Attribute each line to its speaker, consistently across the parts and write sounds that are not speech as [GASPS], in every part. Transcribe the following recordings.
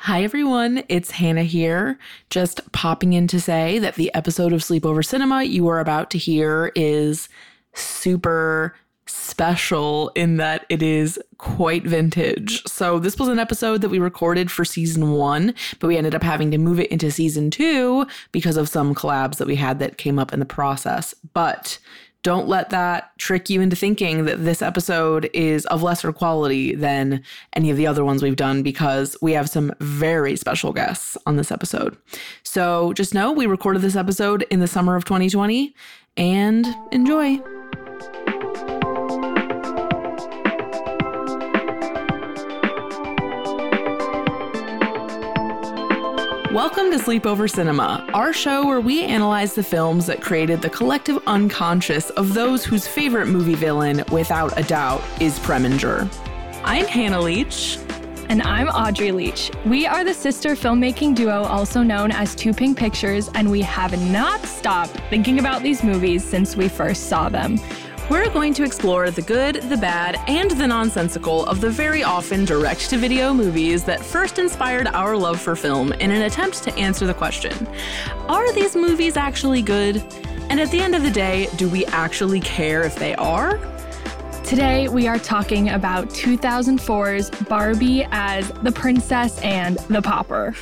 Speaker 1: Hi, everyone. It's Hannah here. Just popping in to say that the episode of Sleepover Cinema you are about to hear is super special in that it is quite vintage. So, this was an episode that we recorded for season one, but we ended up having to move it into season two because of some collabs that we had that came up in the process. But don't let that trick you into thinking that this episode is of lesser quality than any of the other ones we've done because we have some very special guests on this episode. So just know we recorded this episode in the summer of 2020 and enjoy. Welcome to Sleepover Cinema, our show where we analyze the films that created the collective unconscious of those whose favorite movie villain, without a doubt, is Preminger. I'm Hannah Leach.
Speaker 2: And I'm Audrey Leach. We are the sister filmmaking duo, also known as Two Pink Pictures, and we have not stopped thinking about these movies since we first saw them.
Speaker 1: We're going to explore the good, the bad, and the nonsensical of the very often direct to video movies that first inspired our love for film in an attempt to answer the question Are these movies actually good? And at the end of the day, do we actually care if they are?
Speaker 2: Today, we are talking about 2004's Barbie as the Princess and the Popper.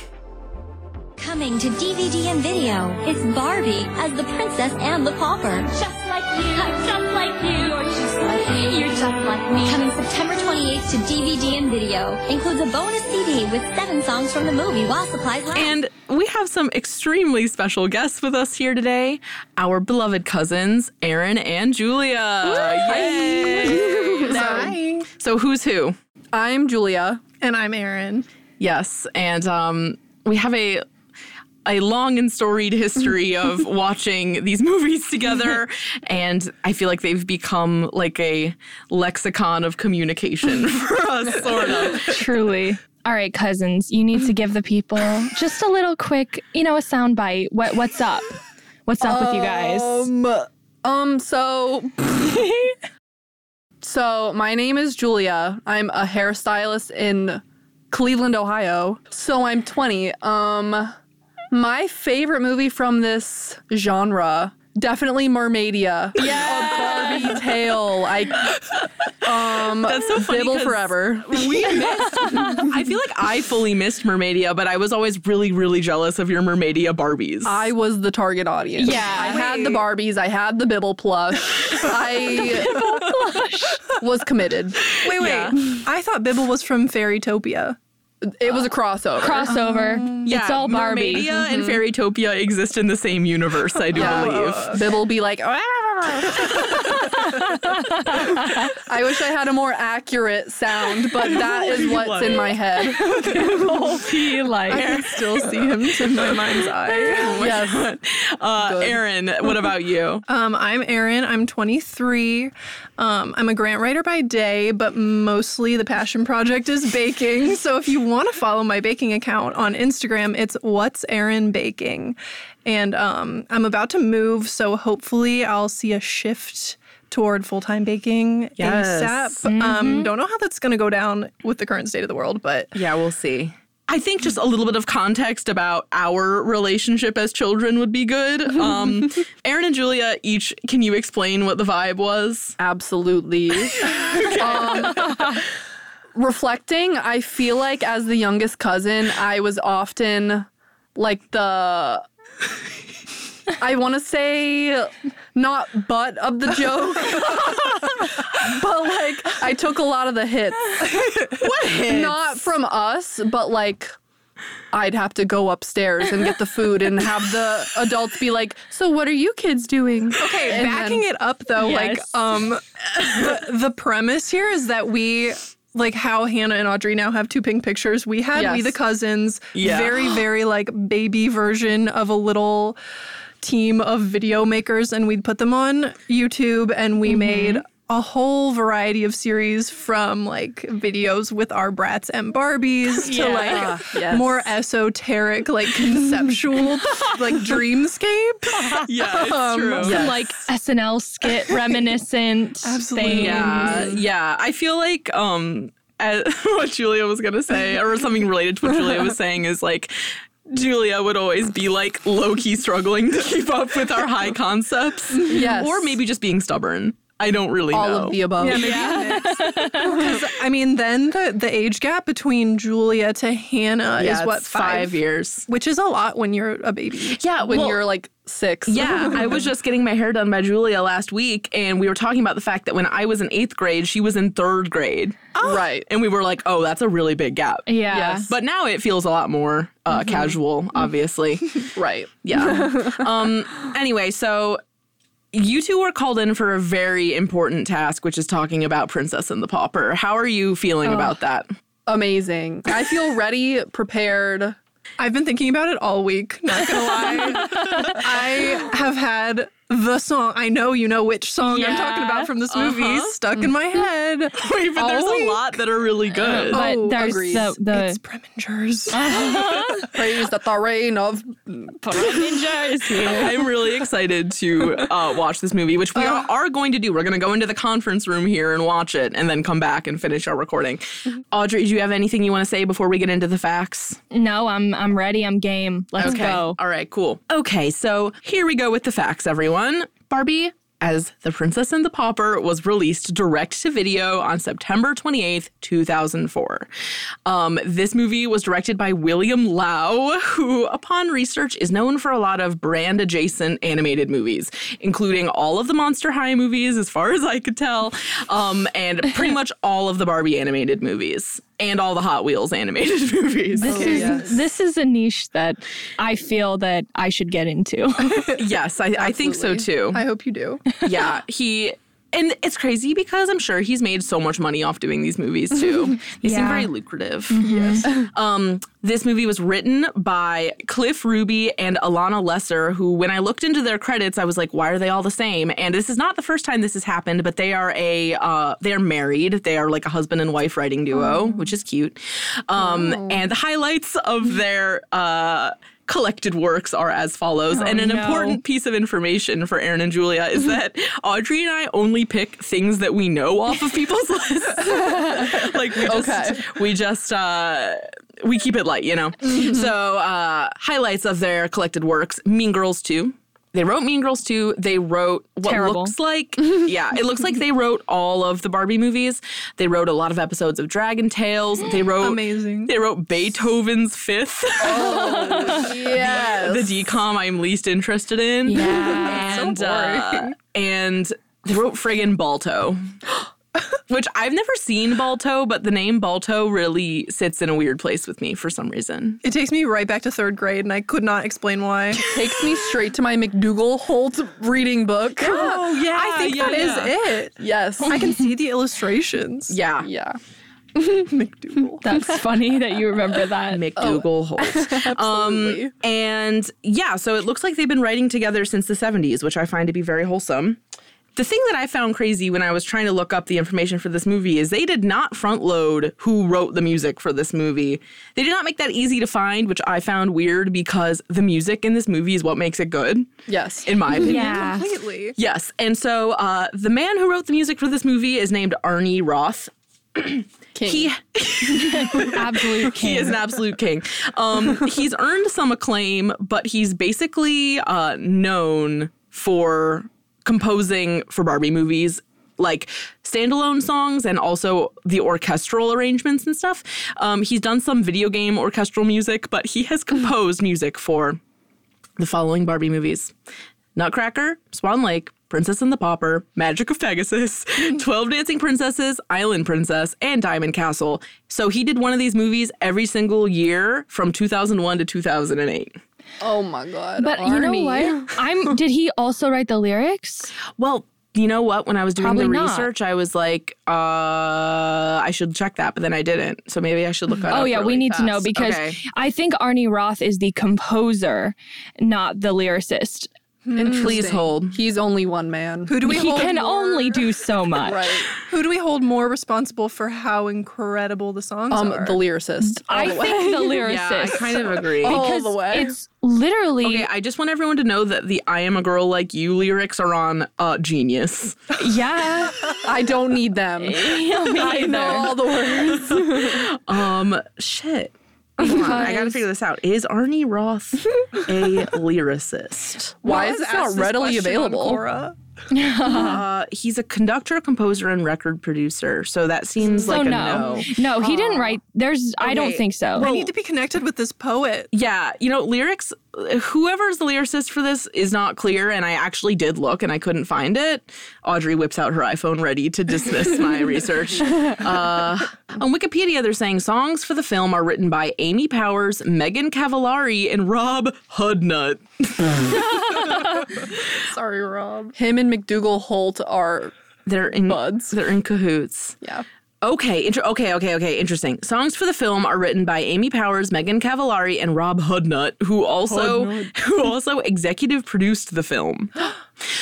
Speaker 3: Coming to DVD and video, it's Barbie as the princess and the pauper. Just like you, just like you, you're just like me, you're just like me. Coming September 28th to DVD and video, includes a bonus CD with seven songs from the movie while supplies last.
Speaker 1: And we have some extremely special guests with us here today our beloved cousins, Aaron and Julia. Yay!
Speaker 4: Hi.
Speaker 1: So, who's who?
Speaker 5: I'm Julia.
Speaker 4: And I'm Erin.
Speaker 1: Yes, and um, we have a a long and storied [LAUGHS] history of watching these movies [LAUGHS] together, and I feel like they've become like a lexicon of communication [LAUGHS] for us, sort of.
Speaker 2: Truly. [LAUGHS] All right, cousins, you need to give the people just a little quick, you know, a sound bite. What, what's up? What's up with you guys?
Speaker 5: Um,
Speaker 1: [LAUGHS]
Speaker 5: um so So my name is Julia. I'm a hairstylist in Cleveland, Ohio. So I'm 20. Um my favorite movie from this genre definitely Mermaidia. Yeah. A Barbie tale. I
Speaker 1: [LAUGHS]
Speaker 5: um
Speaker 1: That's so funny
Speaker 5: Bibble
Speaker 1: 'cause-
Speaker 5: forever.
Speaker 1: We missed. I feel like I fully missed Mermaidia, but I was always really, really jealous of your Mermaidia Barbies.
Speaker 5: I was the target audience.
Speaker 2: Yeah.
Speaker 5: I had the Barbies. I had the Bibble
Speaker 4: [LAUGHS]
Speaker 5: plush. I was committed.
Speaker 4: Wait, wait.
Speaker 1: Yeah.
Speaker 4: I thought Bibble was from Fairytopia.
Speaker 5: It was a crossover.
Speaker 2: Crossover. it's all Barbie.
Speaker 1: Mermaidia and Fairytopia exist in the same universe. [LAUGHS] I do believe.
Speaker 4: Oh.
Speaker 5: Bibble be like,
Speaker 4: [LAUGHS]
Speaker 5: "Ah." I wish I had a more accurate sound, but
Speaker 4: [LAUGHS]
Speaker 5: that is what's in my head.
Speaker 2: He [LAUGHS] like.
Speaker 4: I still see him in my mind's
Speaker 5: [LAUGHS]
Speaker 4: eye.
Speaker 5: yes.
Speaker 1: Uh, Aaron, what about you?
Speaker 4: Um, I'm Erin. I'm 23. Um, I'm a grant writer by day, but mostly the passion project is baking. [LAUGHS] So if you want to follow my baking account on Instagram, it's What's Erin Baking. And um, I'm about to move, so hopefully I'll see a shift toward full time baking
Speaker 1: Yes.
Speaker 4: ASAP. Um, don't know how that's going to go down with the current state of the world, but
Speaker 1: Yeah, we'll see. I think just a little bit of context about our relationship as children would be good. Um, Aaron and Julia, each, can you explain what the vibe was?
Speaker 5: Absolutely.
Speaker 4: [LAUGHS]
Speaker 5: um, reflecting, I feel like as the youngest cousin, I was often like the. I want to say not butt of the joke, [LAUGHS] but like I took a lot of the hits.
Speaker 1: What?
Speaker 5: Not from us, but like I'd have to go upstairs and get the food and have the adults be like, "So what are you kids doing?"
Speaker 4: Okay,
Speaker 5: And
Speaker 4: backing
Speaker 5: then-
Speaker 4: it up though,
Speaker 2: Yes.
Speaker 4: like um [LAUGHS] the, the premise here is that we like how Hannah and Audrey now have two pink pictures. We had We
Speaker 5: Yes.
Speaker 4: the Cousins,
Speaker 1: Yeah.
Speaker 4: very, very like baby version of a little team of video makers, and we'd put them on YouTube and we made a whole variety of series from like videos with our brats and Barbies to like
Speaker 5: Ah, yes.
Speaker 4: more esoteric, like conceptual like dreamscape. Um,
Speaker 1: Yeah,
Speaker 5: [LAUGHS]
Speaker 1: it's true.
Speaker 2: Some like
Speaker 4: [LAUGHS]
Speaker 2: SNL skit reminiscent.
Speaker 4: Absolutely.
Speaker 2: thing.
Speaker 1: Yeah, yeah. I feel like um at [LAUGHS] what Julia was gonna say, or something related to what Julia was saying, is like Julia would always be like low key struggling to keep up with our high concepts,
Speaker 5: Yes.
Speaker 1: or maybe just being stubborn. I don't really
Speaker 5: all
Speaker 1: know.
Speaker 5: of the above. [LAUGHS]
Speaker 4: Yeah. [LAUGHS] Because I mean, then the, the age gap between Julia to Hannah
Speaker 1: Yeah,
Speaker 4: is what
Speaker 1: it's five years.
Speaker 4: which is a lot when you're a baby.
Speaker 1: Yeah,
Speaker 5: When
Speaker 1: well-
Speaker 5: you're like
Speaker 1: [LAUGHS]
Speaker 5: six.
Speaker 1: Yeah, I was just getting my hair done by Julia last week, and we were talking about the fact that when I was in eighth grade, she was in third grade.
Speaker 5: Right.
Speaker 1: And we were like, oh, that's a really big gap.
Speaker 2: Yeah.
Speaker 5: Yes.
Speaker 1: But now it feels a lot more uh, casual, obviously.
Speaker 5: Right.
Speaker 1: yeah. um, anyway, so you two were called in for a very important task, which is talking about Princess and the Pauper. How are you feeling about that?
Speaker 5: Amazing. I feel ready, prepared.
Speaker 4: I've been thinking about it all week, not gonna
Speaker 5: [LAUGHS]
Speaker 4: lie. I have had the song, I know you know which song I'm talking
Speaker 2: Yeah.
Speaker 4: about from this movie,
Speaker 5: uh-huh.
Speaker 4: stuck in my
Speaker 1: [LAUGHS]
Speaker 4: head.
Speaker 1: Wait, but there's a lot that are really good.
Speaker 2: But
Speaker 4: Oh,
Speaker 2: there's
Speaker 5: agrees.
Speaker 2: the, the
Speaker 4: It's Preminger's.
Speaker 5: Praise that the reign of
Speaker 1: [LAUGHS] I'm really excited to uh, watch this movie, which we are, are going to do. We're going to go into the conference room here and watch it and then come back and finish our recording. Audrey, do you have anything you want to say before we get into the facts?
Speaker 2: No, I'm I'm ready. I'm game. Let's go.
Speaker 1: All right, cool. Okay, so here we go with the facts, everyone. Barbie, as The Princess and the Pauper, was released direct to video on September 28th, 2004. Um, this movie was directed by William Lau, who, upon research, is known for a lot of brand adjacent animated movies, including all of the Monster High movies, as far as I could tell, um, and pretty much all of the Barbie animated movies. And all the Hot Wheels [LAUGHS] animated movies.
Speaker 2: This is this is a niche that I feel that I should get
Speaker 4: [LAUGHS]
Speaker 2: into. [LAUGHS]
Speaker 1: yes, I, I think so too.
Speaker 4: I hope
Speaker 1: [LAUGHS]
Speaker 4: you do.
Speaker 1: yeah, he. And it's crazy because I'm sure he's made so much money off doing these movies too. They seem
Speaker 2: Yeah.
Speaker 1: very lucrative. Um, this movie was written by Cliff Ruby and Alana Lesser, who, when I looked into their credits, I was like, "Why are they all the same?" And this is not the first time this has happened, but they are a uh, they are married. They are like a husband and wife writing duo, which is cute. Um, And the highlights of their. Uh, Collected works are as follows. and an
Speaker 2: no.
Speaker 1: important piece of information for Aaron and Julia is that Audrey and I only pick things that we know off of people's lists [LAUGHS] like we just
Speaker 5: Okay.
Speaker 1: we just uh we keep it light, you know. So uh highlights of their collected works, Mean Girls 2. They wrote Mean Girls 2. They wrote what
Speaker 2: Terrible.
Speaker 1: looks like yeah, it looks like they wrote all of the Barbie movies. They wrote a lot of episodes of Dragon Tales. They
Speaker 5: [GASPS]
Speaker 1: wrote
Speaker 4: Amazing.
Speaker 1: They wrote Beethoven's Fifth, [LAUGHS]
Speaker 5: yes.
Speaker 1: the decom I'm least interested in.
Speaker 2: Yeah.
Speaker 1: and uh, [LAUGHS] and they wrote friggin' [GASPS] Balto. Which I've never seen Balto, but the name Balto really sits in a weird place with me for some reason.
Speaker 4: It takes me right back to third grade, and I could not explain why.
Speaker 5: takes me straight to my McDougal Holt reading book. [LAUGHS]
Speaker 4: oh, yeah. I think
Speaker 1: yeah,
Speaker 4: that is
Speaker 1: yeah.
Speaker 4: it.
Speaker 5: yes.
Speaker 4: I can see the illustrations.
Speaker 1: Yeah.
Speaker 5: yeah.
Speaker 4: McDougal.
Speaker 2: That's funny that you remember that.
Speaker 1: McDougal Holt. um, and yeah, so it looks like they've been writing together since the 70s, which I find to be very wholesome. The thing that I found crazy when I was trying to look up the information for this movie is they did not front load who wrote the music for this movie. They did not make that easy to find, which I found weird because the music in this movie is what makes it good,
Speaker 5: Yes.
Speaker 1: in my opinion.
Speaker 2: Yeah.
Speaker 4: Completely.
Speaker 1: Yes. And so uh, the man who wrote the music for this movie is named Arnie Roth. [CLEARS THROAT]
Speaker 5: King.
Speaker 1: He
Speaker 4: [LAUGHS]
Speaker 2: Absolute king.
Speaker 1: He is an absolute king. Um, he's earned some acclaim, but he's basically uh, known for composing for Barbie movies, like standalone songs and also the orchestral arrangements and stuff. Um, he's done some video game orchestral music, but he has composed music for the following Barbie movies Nutcracker, Swan Lake, Princess and the Pauper, Magic of
Speaker 2: [LAUGHS]
Speaker 1: Pegasus, 12 Dancing Princesses, Island Princess, and Diamond Castle. So he did one of these movies every single year from 2001 to 2008.
Speaker 5: oh my god.
Speaker 2: but you know
Speaker 5: Arnie.
Speaker 4: [LAUGHS]
Speaker 2: what? I'm did he also write the lyrics?
Speaker 1: Well, you know what? When I was doing
Speaker 2: Probably
Speaker 1: the
Speaker 2: not.
Speaker 1: research, I was like, uh, I should check that, but then I didn't. So maybe I should look that up.
Speaker 2: Oh yeah,
Speaker 1: really
Speaker 2: we need to know
Speaker 1: fast.
Speaker 2: because
Speaker 1: Okay.
Speaker 2: I think Arnie Roth is the composer, not the lyricist.
Speaker 1: Please hold.
Speaker 5: He's only one man.
Speaker 4: Hmm. Who do we
Speaker 2: He
Speaker 4: hold
Speaker 2: can
Speaker 4: more-
Speaker 2: only do
Speaker 4: [LAUGHS]
Speaker 2: so much.
Speaker 5: Right.
Speaker 4: Who do we hold more responsible for how incredible the songs
Speaker 5: Um,
Speaker 4: are?
Speaker 5: the lyricist.
Speaker 2: I
Speaker 5: All the
Speaker 2: think the
Speaker 5: way.
Speaker 2: lyricist.
Speaker 1: Yeah, I kind of agree.
Speaker 5: Oh.
Speaker 2: because
Speaker 5: the way.
Speaker 2: it's literally
Speaker 1: Okay, I just want everyone to know that the I am a girl like you lyrics are on uh, Genius.
Speaker 2: yeah.
Speaker 5: [LAUGHS] I don't
Speaker 2: [LAUGHS]
Speaker 5: need them. I know all the words.
Speaker 1: Um, shit. Come on, I gotta figure this out. Is Arnie Roth a lyricist?
Speaker 5: Why
Speaker 4: was
Speaker 5: is this
Speaker 4: asked
Speaker 5: not readily
Speaker 4: question on
Speaker 5: available?
Speaker 4: Quora.
Speaker 1: Uh, he's a conductor, composer, and record producer. So that seems
Speaker 2: So
Speaker 1: like a
Speaker 2: no.
Speaker 1: no.
Speaker 2: No, he didn't write there's I don't
Speaker 1: Okay.
Speaker 2: think so.
Speaker 4: I need to be connected with this poet.
Speaker 1: Yeah, you know, lyrics, whoever's the lyricist for this is not clear. And I actually did look and I couldn't find it. Audrey whips out her iPhone ready to dismiss my research. Uh, on Wikipedia, they're saying songs for the film are written by Amy Powers, Megan Cavallari, and Rob Hudnut.
Speaker 4: Sorry, Rob.
Speaker 5: Him and McDougal Holt are
Speaker 1: They're in,
Speaker 5: Buds.
Speaker 1: they're in cahoots.
Speaker 5: yeah.
Speaker 1: Okay, inter- okay, okay, okay. Interesting. Songs for the film are written by Amy Powers, Megan Cavallari, and Rob Hudnut, who also [LAUGHS] who also executive produced the
Speaker 5: [GASPS]
Speaker 1: film.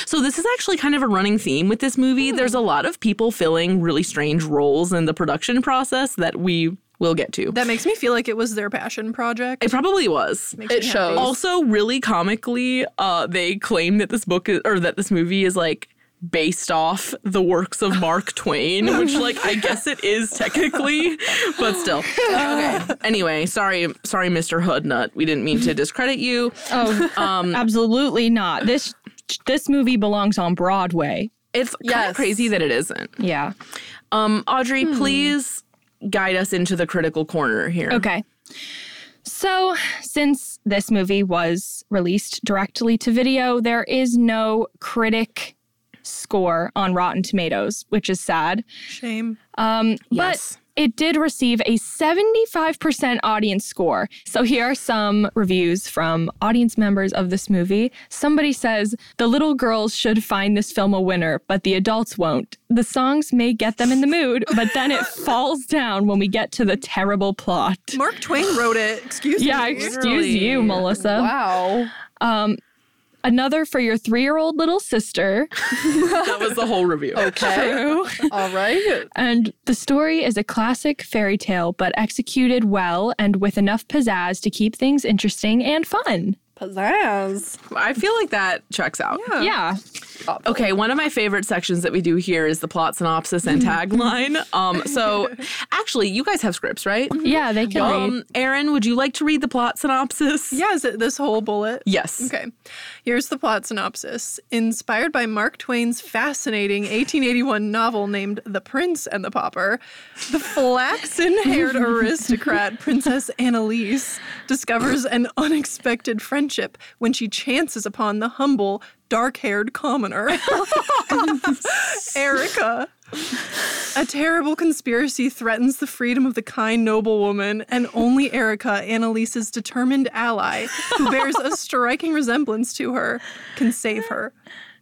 Speaker 1: So this is actually kind of a running theme with this movie.
Speaker 5: Hmm.
Speaker 1: There's a lot of people filling really strange roles in the production process that we will get to.
Speaker 4: That makes me feel like it was their passion project.
Speaker 1: it probably was.
Speaker 4: Makes
Speaker 5: It
Speaker 4: me happy.
Speaker 5: shows.
Speaker 1: Also, really comically, uh, they claim that this book is, or that this movie is like based off the works of Mark Twain, which like I guess it is technically, but still. Okay. Anyway, sorry, sorry, Mr. Hoodnut. We didn't mean to discredit you.
Speaker 2: [LAUGHS] Oh, absolutely not. This this movie belongs on Broadway.
Speaker 1: It's kind of
Speaker 5: Yes.
Speaker 1: crazy that it isn't.
Speaker 2: Yeah.
Speaker 1: Um, Audrey, please guide us into the critical corner here.
Speaker 2: Okay. So, since this movie was released directly to video, there is no critic score on Rotten Tomatoes, which is sad.
Speaker 4: Shame.
Speaker 2: Um,
Speaker 1: Yes.
Speaker 2: But it did receive a 75% audience score. So here are some reviews from audience members of this movie. Somebody says, The little girls should find this film a winner, but the adults won't. The songs may get them in the mood, but then
Speaker 5: [LAUGHS]
Speaker 2: it falls down when we get to the terrible plot.
Speaker 4: Mark Twain wrote it. Excuse
Speaker 2: Yeah,
Speaker 4: me.
Speaker 2: excuse
Speaker 1: Literally.
Speaker 2: you, Melissa.
Speaker 5: Wow.
Speaker 2: Another for your three year old little sister.
Speaker 1: That was the whole review.
Speaker 5: Okay. [LAUGHS]
Speaker 2: [LAUGHS]
Speaker 5: All right.
Speaker 2: And the story is a classic fairy tale, but executed well and with enough pizzazz to keep things interesting and fun.
Speaker 5: Pizzazz.
Speaker 1: I feel like that checks out.
Speaker 2: Yeah.
Speaker 1: Okay, one of my favorite sections that we do here is the plot synopsis
Speaker 2: [LAUGHS]
Speaker 1: and tagline. Um, so, actually, you guys have scripts, right?
Speaker 2: Yeah, they can read.
Speaker 1: Um, Aaron, would you like to read the plot synopsis?
Speaker 4: Yeah, is it this whole bullet?
Speaker 1: Yes.
Speaker 4: Okay. Here's the plot synopsis. Inspired by Mark Twain's fascinating 1881 novel named The Prince and the Pauper, the flaxen haired aristocrat Princess Annalise discovers an unexpected friendship when she chances upon the humble, dark haired commoner, [LAUGHS] Erica. A terrible conspiracy threatens the freedom of the kind noblewoman and only Erica, Annalise's determined ally, who bears a striking resemblance to her, can save her.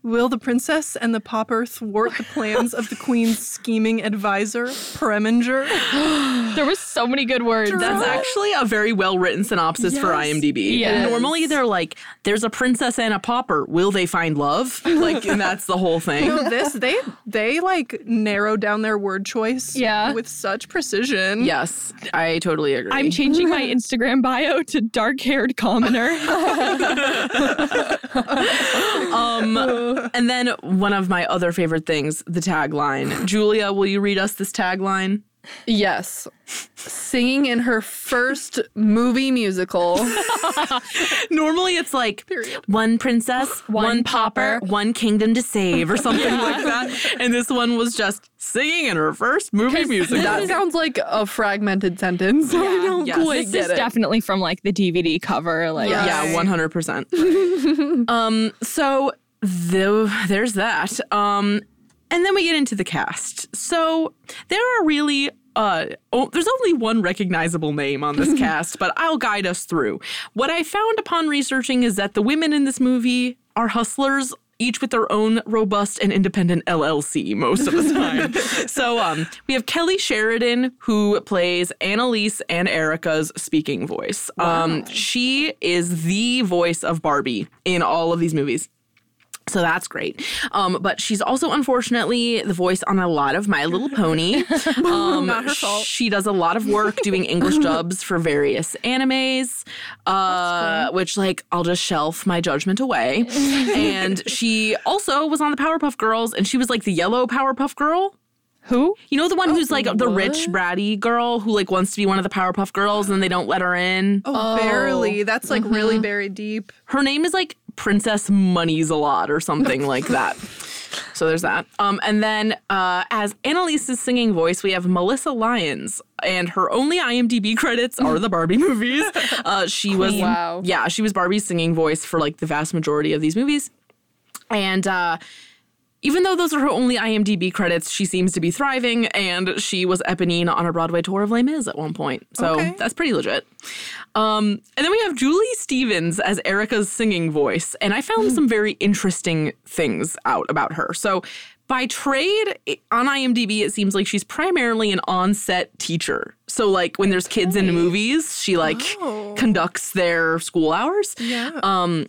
Speaker 4: Will the princess and the pauper thwart the plans of the queen's scheming advisor, Preminger?
Speaker 2: There was so many good words.
Speaker 1: That's actually a very well written synopsis for IMDb.
Speaker 2: Yes.
Speaker 1: Normally, they're like, there's a princess and a pauper. Will they find love? Like, and that's the whole
Speaker 2: [LAUGHS]
Speaker 1: thing.
Speaker 4: No, this they they like narrow down their word choice
Speaker 2: Yeah.
Speaker 4: with such precision.
Speaker 1: Yes, I totally agree.
Speaker 2: I'm changing
Speaker 1: [LAUGHS]
Speaker 2: my Instagram bio to dark haired commoner. [LAUGHS]
Speaker 1: Um, and then one of my other favorite things, the tagline. Julia, will you read us this tagline?
Speaker 5: Yes. Singing in her first
Speaker 1: [LAUGHS]
Speaker 5: movie musical.
Speaker 1: Normally it's like one princess, [LAUGHS] one, pauper, one kingdom to save, or something [LAUGHS] like that. And this one was just singing in her first movie music.
Speaker 5: That sounds like a fragmented sentence. [LAUGHS] I don't
Speaker 1: Yes.
Speaker 5: quite
Speaker 2: this
Speaker 5: get
Speaker 2: is
Speaker 5: it.
Speaker 2: definitely from like the DVD cover. Like,
Speaker 5: Yeah.
Speaker 1: yeah, one hundred [LAUGHS] percent. Um, so though there's that. Um, and then we get into the cast. So there are really. Uh, oh, there's only one recognizable name on [LAUGHS] this cast, but I'll guide us through. What I found upon researching is that the women in this movie are hustlers, each with their own robust and independent LLC most of the time. so um, we have Kelly Sheridan, who plays Annalise and Erica's speaking voice. Um, she is the voice of Barbie in all of these movies. So that's great. Um, but she's also unfortunately the voice on a lot of My Little Pony. Um,
Speaker 4: Not her fault.
Speaker 1: She does a lot of work
Speaker 4: [LAUGHS]
Speaker 1: doing English dubs for various animes, uh, which, like, I'll just shelf my judgment away.
Speaker 4: [LAUGHS]
Speaker 1: and she also was on the Powerpuff Girls, and she was like the yellow Powerpuff Girl.
Speaker 2: Who?
Speaker 1: You know, the one
Speaker 4: Oh,
Speaker 1: who's like the rich, bratty girl who, like, wants to be one of the Powerpuff Girls and they don't let her in.
Speaker 4: Oh, barely. That's like really buried deep.
Speaker 1: her name is like Princess Monies a lot or something like that. So there's that. Um, and then uh, as Annalise's singing voice, we have Melissa Lyons, and her only IMDb credits are the Barbie movies. Uh, she was,
Speaker 5: Wow.
Speaker 1: yeah, she was Barbie's singing voice for like the vast majority of these movies, and. Uh, even though those are her only IMDb credits, she seems to be thriving, and she was Eponine on a Broadway tour of Les Mis at one point. So
Speaker 4: Okay.
Speaker 1: that's pretty legit. Um, and then we have Julie Stevens as Erica's singing voice, and I found some very interesting things out about her. So, by trade i- on IMDb, it seems like she's primarily an on-set teacher. So, like when there's kids in movies, she like
Speaker 4: Oh.
Speaker 1: conducts their school hours.
Speaker 4: Yeah.
Speaker 1: Um,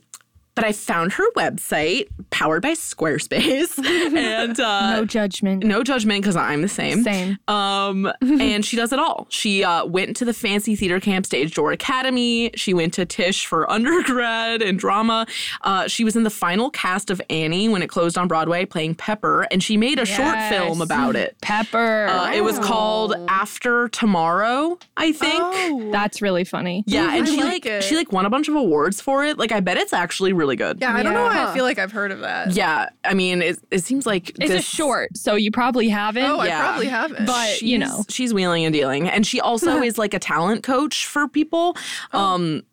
Speaker 1: but I found her website powered by Squarespace, [LAUGHS] and uh,
Speaker 2: No judgment.
Speaker 1: no judgment because I'm the same.
Speaker 2: Same.
Speaker 1: Um, and she does it all. She uh, went to the fancy theater camp Stage Door Academy. She went to Tisch for [LAUGHS] undergrad and drama. Uh, she was in the final cast of Annie when it closed on Broadway, playing Pepper, and she made a short
Speaker 2: Yes.
Speaker 1: film about it.
Speaker 2: Pepper.
Speaker 1: Uh, it was called After Tomorrow, I think.
Speaker 4: Oh.
Speaker 2: That's really funny.
Speaker 1: Yeah, and
Speaker 4: I
Speaker 1: she like
Speaker 4: like it.
Speaker 1: she like won a bunch of awards for it. Like I bet it's actually really good.
Speaker 4: yeah, I don't know why
Speaker 5: Yeah.
Speaker 4: I feel like I've heard of that.
Speaker 1: Yeah, I mean it, it seems like
Speaker 2: It's
Speaker 1: this-
Speaker 2: a short, so you probably haven't.
Speaker 4: Oh,
Speaker 1: Yeah.
Speaker 4: I probably haven't.
Speaker 2: But- Uh, you
Speaker 1: She's-
Speaker 2: know.
Speaker 1: she's wheeling and dealing and she
Speaker 2: [LAUGHS]
Speaker 1: also is like a talent coach for people
Speaker 2: Oh.
Speaker 1: um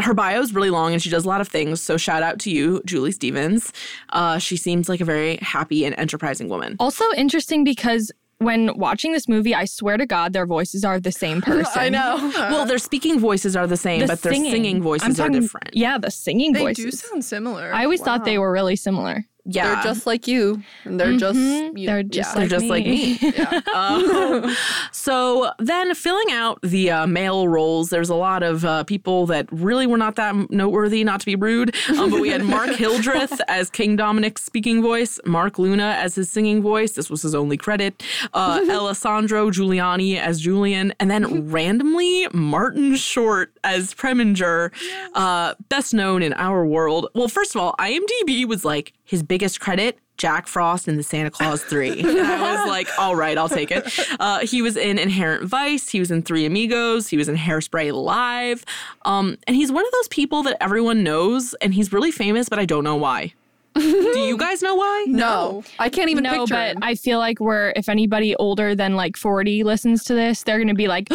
Speaker 1: her bio is really long and she does a lot of things so shout out to you julie stevens uh she seems like a very happy and enterprising woman
Speaker 2: Also interesting because when watching this movie, I swear to God, their voices are the same person.
Speaker 5: I know.
Speaker 1: well their speaking voices are the same
Speaker 2: The
Speaker 1: but their singing, voices
Speaker 2: I'm
Speaker 1: are
Speaker 2: talking-
Speaker 1: different
Speaker 2: Yeah, the singing
Speaker 4: they
Speaker 2: voices.
Speaker 4: do sound similar.
Speaker 2: I always thought they were really similar.
Speaker 1: yeah
Speaker 5: They're just like you. And they're just
Speaker 2: Mhm.
Speaker 5: you-
Speaker 2: They're just
Speaker 5: yeah.
Speaker 1: They're
Speaker 2: like
Speaker 1: just like me.
Speaker 2: [LAUGHS]
Speaker 1: Um, [LAUGHS] so then, filling out the uh, male roles, there's a lot of uh, people that really were not that m- noteworthy, not to be rude. Um, but we had Mark Hildreth as King Dominic's speaking voice, Mark Luna as his singing voice. This was his only credit. Uh, Alessandro Giuliani as Julian, and then randomly Martin Short as Preminger, uh, best known in our world. Well, first of all, IMDb was like his biggest credit Jack Frost in the Santa Claus 3. And I was like, all right, I'll take it. Uh, he was in Inherent Vice. He was in Three Amigos. He was in Hairspray Live. Um, and he's one of those people that everyone knows, and he's really famous, but I don't know why. Do you guys know why?
Speaker 5: No, I can't even
Speaker 2: No,
Speaker 5: picture.
Speaker 2: but
Speaker 5: him.
Speaker 2: I feel like we're if anybody older than like 40 listens to this, they're gonna be like [GASPS]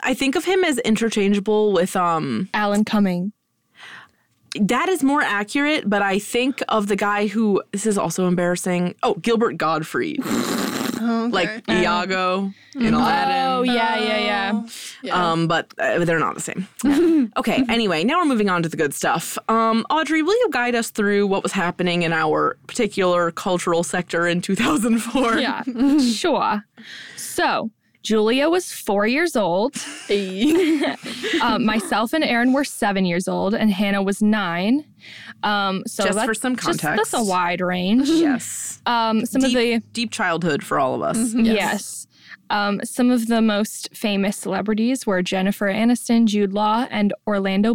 Speaker 1: I think of him as interchangeable with um
Speaker 2: Alan Cumming.
Speaker 1: that is more accurate, but I think of the guy who this is also embarrassing. Oh, Gilbert Gottfried. Like Iago in Aladdin.
Speaker 2: Oh yeah, yeah, yeah.
Speaker 1: Um, but uh, they're not the same. Yeah. [LAUGHS] okay. Anyway, now we're moving on to the good stuff. Um, Audrey, will you guide us through what was happening in our particular cultural sector in 2004?
Speaker 2: Yeah, sure. So Julia was four years old. um, myself and Aaron were seven years old, and Hannah was nine. Um, so
Speaker 1: Just
Speaker 2: that's,
Speaker 1: for some
Speaker 2: just-
Speaker 1: context.
Speaker 2: that's a
Speaker 1: [LAUGHS]
Speaker 2: wide range.
Speaker 1: Yes.
Speaker 2: Um, some of the
Speaker 1: Deep, deep childhood for all of us.
Speaker 2: Yes. Um, some of the most famous celebrities were Jennifer Aniston, Jude Law, and Orlando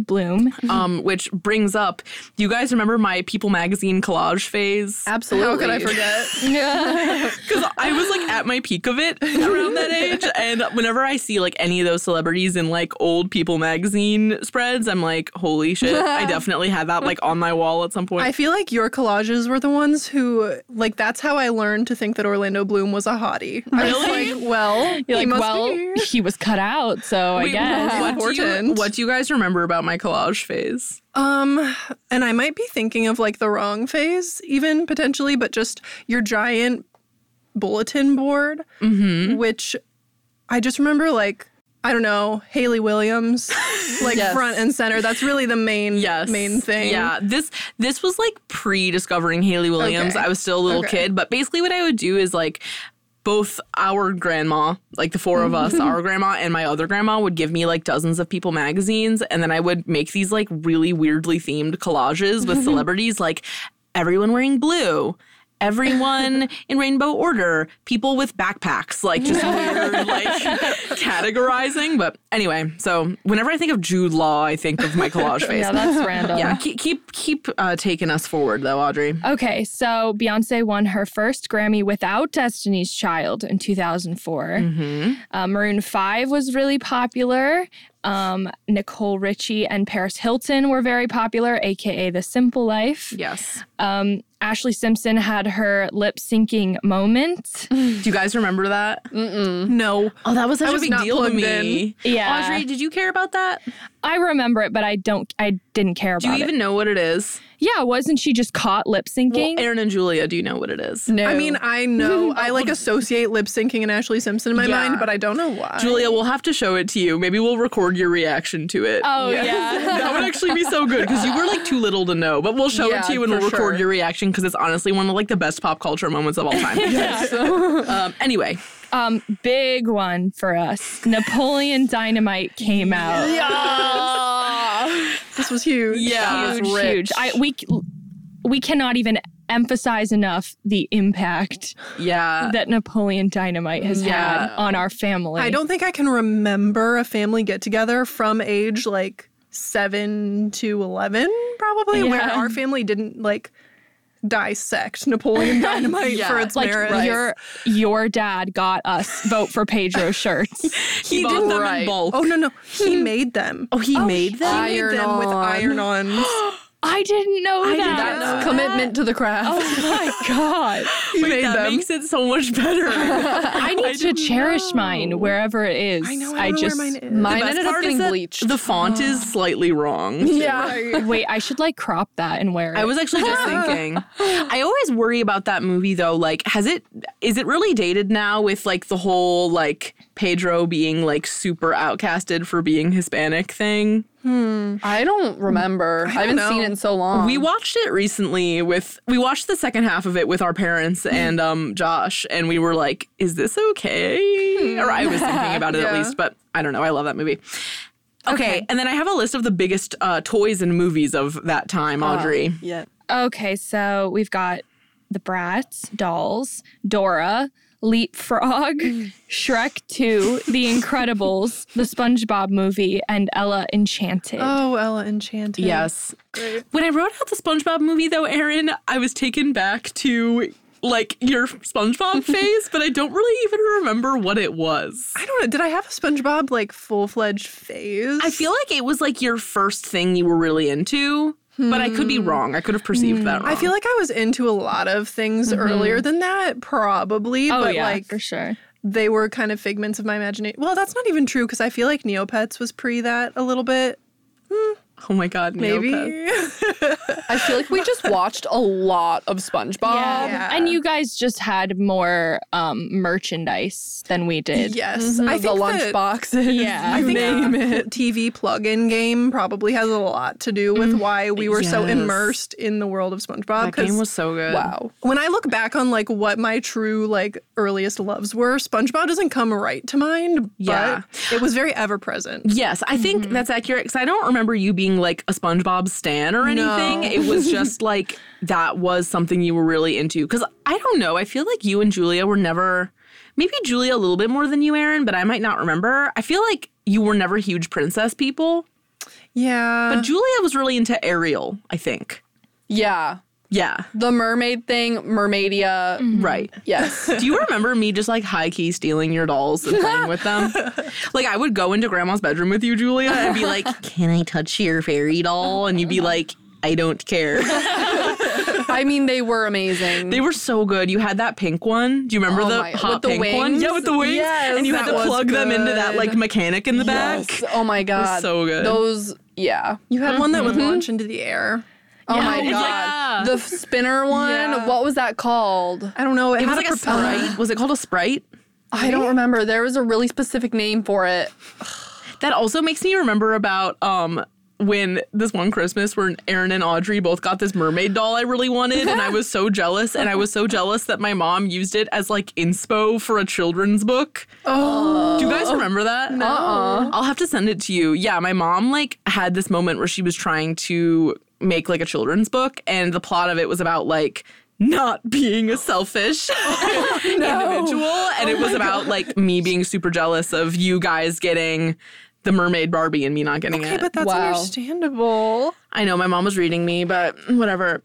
Speaker 1: [LAUGHS]
Speaker 2: Bloom.
Speaker 1: Um, which brings up, do you guys remember my People magazine collage phase?
Speaker 5: [LAUGHS]
Speaker 2: Uh,
Speaker 5: Absolutely.
Speaker 4: How could I forget?
Speaker 1: Because I was like at my peak of it [LAUGHS] around
Speaker 2: [LAUGHS]
Speaker 1: that age. And whenever I see like any of those celebrities in like old People magazine spreads, I'm like, holy shit,
Speaker 2: [LAUGHS]
Speaker 1: I definitely had that like on my wall at some point.
Speaker 4: I feel like your collages were the ones who, like, that's how I learned to think that Orlando Bloom was a hottie. I was like, well,
Speaker 2: You're
Speaker 4: he
Speaker 2: like,
Speaker 4: must
Speaker 2: well,
Speaker 4: be here.
Speaker 2: he was cut out, so I
Speaker 1: Wait,
Speaker 2: guess.
Speaker 1: What do, you,
Speaker 4: Important.
Speaker 1: what do you guys remember about my collage phase?
Speaker 4: Um, and I might be thinking of like the wrong phase, even potentially, but just your giant bulletin board, which I just remember like. I don't know, Haley Williams, like
Speaker 5: Yes.
Speaker 4: front and center. That's really the main main thing.
Speaker 1: Yeah. This this was like pre-discovering Haley Williams.
Speaker 4: Okay.
Speaker 1: I was still a little
Speaker 4: Okay.
Speaker 1: kid, but basically what I would do is like both our grandma, like the four of
Speaker 4: Mm-hmm.
Speaker 1: us, our grandma and my other grandma would give me like dozens of people
Speaker 4: Mm-hmm.
Speaker 1: magazines and then I would make these like really weirdly themed collages with celebrities like everyone wearing blue,
Speaker 4: [LAUGHS]
Speaker 1: everyone in rainbow order, people with backpacks, like just weird, like
Speaker 4: [LAUGHS]
Speaker 1: categorizing. But anyway, so whenever I think of Jude Law, I think of my
Speaker 4: [LAUGHS]
Speaker 1: collage face. yeah, [LAUGHS]
Speaker 2: Yeah, that's random.
Speaker 1: keep keep keep uh, taking us forward though, Audrey.
Speaker 2: Okay, so Beyonce won her first Grammy without Destiny's Child in 2004.
Speaker 1: Mm-hmm.
Speaker 2: Uh, Maroon 5 was really popular. Um, Nicole Richie and Paris Hilton were very popular, aka The Simple Life.
Speaker 1: Yes.
Speaker 2: Um, Ashley Simpson had her lip syncing
Speaker 1: [LAUGHS]
Speaker 2: moment.
Speaker 1: Do you guys remember that?
Speaker 4: No.
Speaker 1: Oh, that was such a
Speaker 4: was
Speaker 1: big
Speaker 4: not
Speaker 1: deal to
Speaker 4: plugged
Speaker 1: me.
Speaker 2: Yeah.
Speaker 1: Audrey, did you care about that?
Speaker 2: I remember it, but I don't. I didn't care
Speaker 1: Do
Speaker 2: about
Speaker 1: you even
Speaker 2: it.
Speaker 1: know what it is?
Speaker 2: Yeah, wasn't she just caught lip syncing?
Speaker 1: Aaron and Julia, do you know what it is?
Speaker 5: No.
Speaker 4: I mean, I know I like associate lip syncing and Ashley Simpson in my
Speaker 1: Yeah.
Speaker 4: mind, but I don't know why.
Speaker 1: Julia, we'll have to show it to you. Maybe we'll record your reaction to it.
Speaker 2: oh yeah.
Speaker 1: [LAUGHS]
Speaker 2: [LAUGHS]
Speaker 1: that would actually be so good because you were like too little to know. But we'll show
Speaker 5: Yeah,
Speaker 1: it to you and we'll
Speaker 5: for
Speaker 1: record
Speaker 5: sure.
Speaker 1: your reaction because it's honestly one of like the best pop culture moments of all [LAUGHS] time. um, anyway,
Speaker 2: Um, big one for us. Napoleon Dynamite
Speaker 1: [LAUGHS]
Speaker 2: came out.
Speaker 4: This was huge.
Speaker 1: yeah,
Speaker 2: huge, huge. I we c- we cannot even emphasize enough the impact
Speaker 1: yeah.
Speaker 2: that Napoleon Dynamite has had
Speaker 1: Uh, yeah.
Speaker 2: on our family.
Speaker 4: I don't think I can remember a family get together from age like seven to 11, probably, where
Speaker 2: Yeah.
Speaker 4: our family didn't like dissect Napoleon Dynamite
Speaker 1: Yeah.
Speaker 4: for its
Speaker 2: like
Speaker 4: merits.
Speaker 2: your your dad got us vote for Pedro shirts.
Speaker 1: he
Speaker 5: bought
Speaker 1: did them in
Speaker 5: right.
Speaker 1: bulk.
Speaker 4: Oh, no, no. He made them.
Speaker 1: Oh, he made
Speaker 4: He
Speaker 1: them.
Speaker 4: made
Speaker 5: Iron
Speaker 4: them with
Speaker 5: on.
Speaker 4: [GASPS] iron ons.
Speaker 2: I didn't know that.
Speaker 5: That's commitment to the craft.
Speaker 2: Oh my god.
Speaker 4: He
Speaker 1: Wait,
Speaker 4: made
Speaker 1: that
Speaker 4: them.
Speaker 1: makes it so much better. [LAUGHS]
Speaker 2: I need to cherish mine wherever it is.
Speaker 4: I know, I, don't
Speaker 2: just
Speaker 4: know where mine is.
Speaker 5: Mine
Speaker 1: Best
Speaker 5: ended up
Speaker 1: part is
Speaker 5: getting
Speaker 1: that
Speaker 5: bleached.
Speaker 1: The font is slightly wrong.
Speaker 5: [LAUGHS] yeah.
Speaker 2: wait, I should like crop that and wear it.
Speaker 1: I was actually just
Speaker 5: [LAUGHS]
Speaker 1: thinking. I always worry about that movie though. Like, has it is it really dated now with like the whole like Pedro being like super outcasted for being Hispanic thing?
Speaker 5: I don't remember. I, haven't
Speaker 4: know.
Speaker 5: seen it in so long.
Speaker 1: We watched it recently with we watched the second half of it with our
Speaker 5: Mm.
Speaker 1: parents and um Josh and we were like, is this
Speaker 5: Hmm.
Speaker 1: okay? Or I was thinking about it at
Speaker 5: [LAUGHS]
Speaker 4: Yeah.
Speaker 1: least, but I don't know. I love that movie. Okay, and then I have a list of the biggest uh, toys and movies of that time,
Speaker 5: Uh.
Speaker 1: Audrey.
Speaker 5: Yeah.
Speaker 2: Okay, so we've got the Bratz, Dolls, Dora, Leapfrog,
Speaker 4: Mm.
Speaker 2: Shrek 2, The Incredibles, The SpongeBob Movie, and Ella Enchanted.
Speaker 4: Oh, Ella Enchanted.
Speaker 1: Yes. When I wrote out the SpongeBob movie, though, Erin, I was taken back to like your SpongeBob [LAUGHS] phase, but I don't really even remember what it was.
Speaker 4: I don't know. Did I have a SpongeBob like full fledged phase?
Speaker 1: I feel like it was like your first thing you were really into, but I could be wrong. Hmm. I could have perceived that wrong.
Speaker 4: I feel like I was into a lot of things earlier than that, probably.
Speaker 2: Oh,
Speaker 4: but
Speaker 2: yeah,
Speaker 4: like
Speaker 2: for sure.
Speaker 4: they were kind of figments of my imagination. Well, that's not even true because I feel like Neopets was pre that a little bit,
Speaker 1: oh my god,
Speaker 4: maybe.
Speaker 1: Neopets.
Speaker 5: I feel like we just watched a lot of SpongeBob.
Speaker 2: Yeah.
Speaker 4: um, yeah.
Speaker 2: And you guys just had more um, merchandise than we did.
Speaker 4: [LAUGHS] yes, I think
Speaker 5: Mm-hmm. the lunch
Speaker 4: that-
Speaker 5: boxes.
Speaker 2: [LAUGHS] Yeah.
Speaker 4: I think the TV plug-in game probably has a lot to do with why we were so
Speaker 1: Yes.
Speaker 4: immersed in the world of SpongeBob.
Speaker 1: That game
Speaker 4: 'cause
Speaker 1: was so good.
Speaker 5: Wow.
Speaker 4: when I look back on like what my true like earliest loves were, SpongeBob doesn't come right to mind,
Speaker 1: Yeah.
Speaker 4: but it was very ever present.
Speaker 1: Yes, I think that's accurate because I don't remember you being like a SpongeBob stan or anything. It was just like that was something you were really into. Because I don't know, I feel like you and Julia were never, maybe Julia a little bit more than you, Aaron, but I might not remember. I feel like you were never huge princess people,
Speaker 4: Yeah.
Speaker 1: but Julia was really into Ariel, I think.
Speaker 5: Yeah.
Speaker 1: Yeah,
Speaker 5: The mermaid thing, Mermaidia.
Speaker 1: right. [LAUGHS]
Speaker 5: Yes.
Speaker 1: Do you remember me just like high key stealing your dolls and playing with them? [LAUGHS] Like I would go into grandma's bedroom with you, Julia, and be like, [LAUGHS] Uh-huh. "Can I touch your fairy doll?" And you'd be like, "I don't care."
Speaker 5: I mean, they were amazing.
Speaker 1: [LAUGHS] They were so good. You had that pink one. Do you remember
Speaker 5: Oh
Speaker 1: the
Speaker 5: my-
Speaker 1: hot
Speaker 5: with the
Speaker 1: pink one?
Speaker 5: wings?
Speaker 1: Yeah, with the wings.
Speaker 5: Yes,
Speaker 1: and you had
Speaker 5: that
Speaker 1: to
Speaker 5: was
Speaker 1: plug them into that like
Speaker 5: good.
Speaker 1: mechanic in the
Speaker 5: Yes.
Speaker 1: back.
Speaker 5: Oh my god.
Speaker 1: so good.
Speaker 5: Those yeah.
Speaker 4: you had one that would launch into the air.
Speaker 5: Oh
Speaker 2: Yeah.
Speaker 5: my god.
Speaker 1: Yeah.
Speaker 5: The f- spinner one.
Speaker 4: Yeah.
Speaker 5: What was that called?
Speaker 4: I don't know. It,
Speaker 1: It was
Speaker 4: had
Speaker 1: like a
Speaker 4: propeller.
Speaker 1: sprite. Was it called a sprite?
Speaker 5: I don't remember. There was a really specific name for it.
Speaker 1: That also makes me remember about um when this one Christmas where Aaron and Audrey both got this mermaid doll I really wanted and I was so jealous and I was so jealous that my mom used it as like inspo for a children's book. Oh. Do you guys remember that? No. I'll have to send it to you. Yeah, my mom like had this moment where she was trying to make like a children's book, and the plot of it was about like not being a selfish [LAUGHS] individual, and it was about like me being super jealous of you guys getting the mermaid Barbie and me not getting
Speaker 4: Okay,
Speaker 1: it.
Speaker 4: but that's
Speaker 5: Wow.
Speaker 4: understandable.
Speaker 1: I know my mom was reading me, but whatever.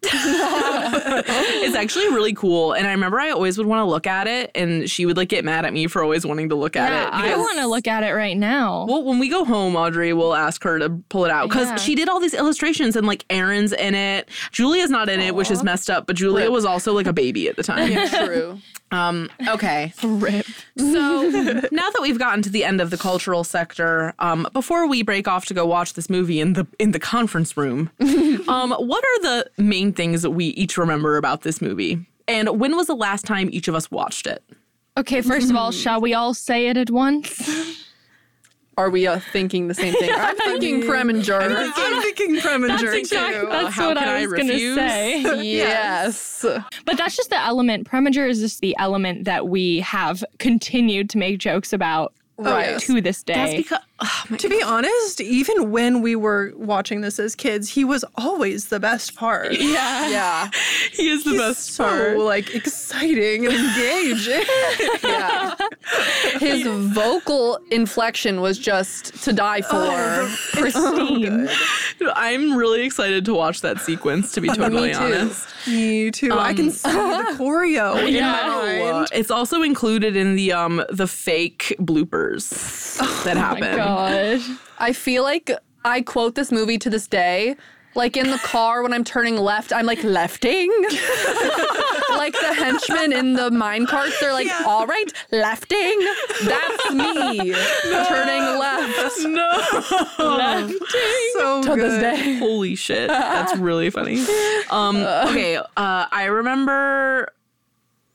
Speaker 1: it's actually really cool. And I remember I always would want to look at it, and she would like get mad at me for always wanting to look at
Speaker 2: Yeah,
Speaker 1: it.
Speaker 2: I
Speaker 1: because-
Speaker 2: want to look at it right now.
Speaker 1: Well, when we go home, Audrey will ask her to pull it out because
Speaker 2: Yeah.
Speaker 1: she did all these illustrations and like Aaron's in it. Julia's not in it, which is messed up, but Julia
Speaker 5: Rip.
Speaker 1: was also like a baby at the time.
Speaker 5: True.
Speaker 1: [LAUGHS] Um, okay.
Speaker 2: Rip.
Speaker 1: So now that we've gotten to the end of the cultural sector, um, before we break off to go watch this movie in the in the conference
Speaker 2: [LAUGHS]
Speaker 1: room, um, what are the main things that we each remember about this movie? And when was the last time each of us watched it?
Speaker 2: Okay, first of
Speaker 4: [LAUGHS]
Speaker 2: all, shall we all say it at once?
Speaker 5: Are we uh, thinking the same thing? I'm thinking Preminger.
Speaker 4: I'm thinking Preminger
Speaker 2: exactly-
Speaker 4: too. Uh,
Speaker 2: that's
Speaker 1: how
Speaker 2: what
Speaker 1: can
Speaker 2: I
Speaker 1: I
Speaker 2: was going to
Speaker 1: refuse?
Speaker 2: say.
Speaker 5: Yes.
Speaker 2: But that's just the element. Preminger is just the element that we have continued to make jokes about
Speaker 5: Right.
Speaker 2: to this day.
Speaker 1: That's because oh my
Speaker 4: To be honest, even when we were watching this as kids, he was always the best part.
Speaker 5: Yeah.
Speaker 1: he is the best
Speaker 4: so
Speaker 1: part.
Speaker 4: like exciting [LAUGHS] and engaging.
Speaker 5: Yeah. His vocal inflection was just to die
Speaker 4: Oh,
Speaker 5: for.
Speaker 2: Pristine.
Speaker 1: I'm really excited to watch that sequence. To be totally
Speaker 5: Me too.
Speaker 1: honest,
Speaker 4: Me too. I
Speaker 5: Um,
Speaker 4: can
Speaker 5: [LAUGHS]
Speaker 4: see the choreo in my mind.
Speaker 1: it's also included in the um the fake bloopers that
Speaker 2: Oh my
Speaker 1: happen.
Speaker 2: God.
Speaker 5: [LAUGHS] [LAUGHS] I feel like I quote this movie to this day. Like in the car when I'm turning left, I'm like lefting. [LAUGHS] like the henchmen in the mine carts, they're like, all right, lefting. That's me turning left
Speaker 1: No,
Speaker 4: So
Speaker 5: to this
Speaker 4: good.
Speaker 5: day.
Speaker 1: holy shit, that's really funny. Um, okay, [LAUGHS] uh, I remember. [LAUGHS]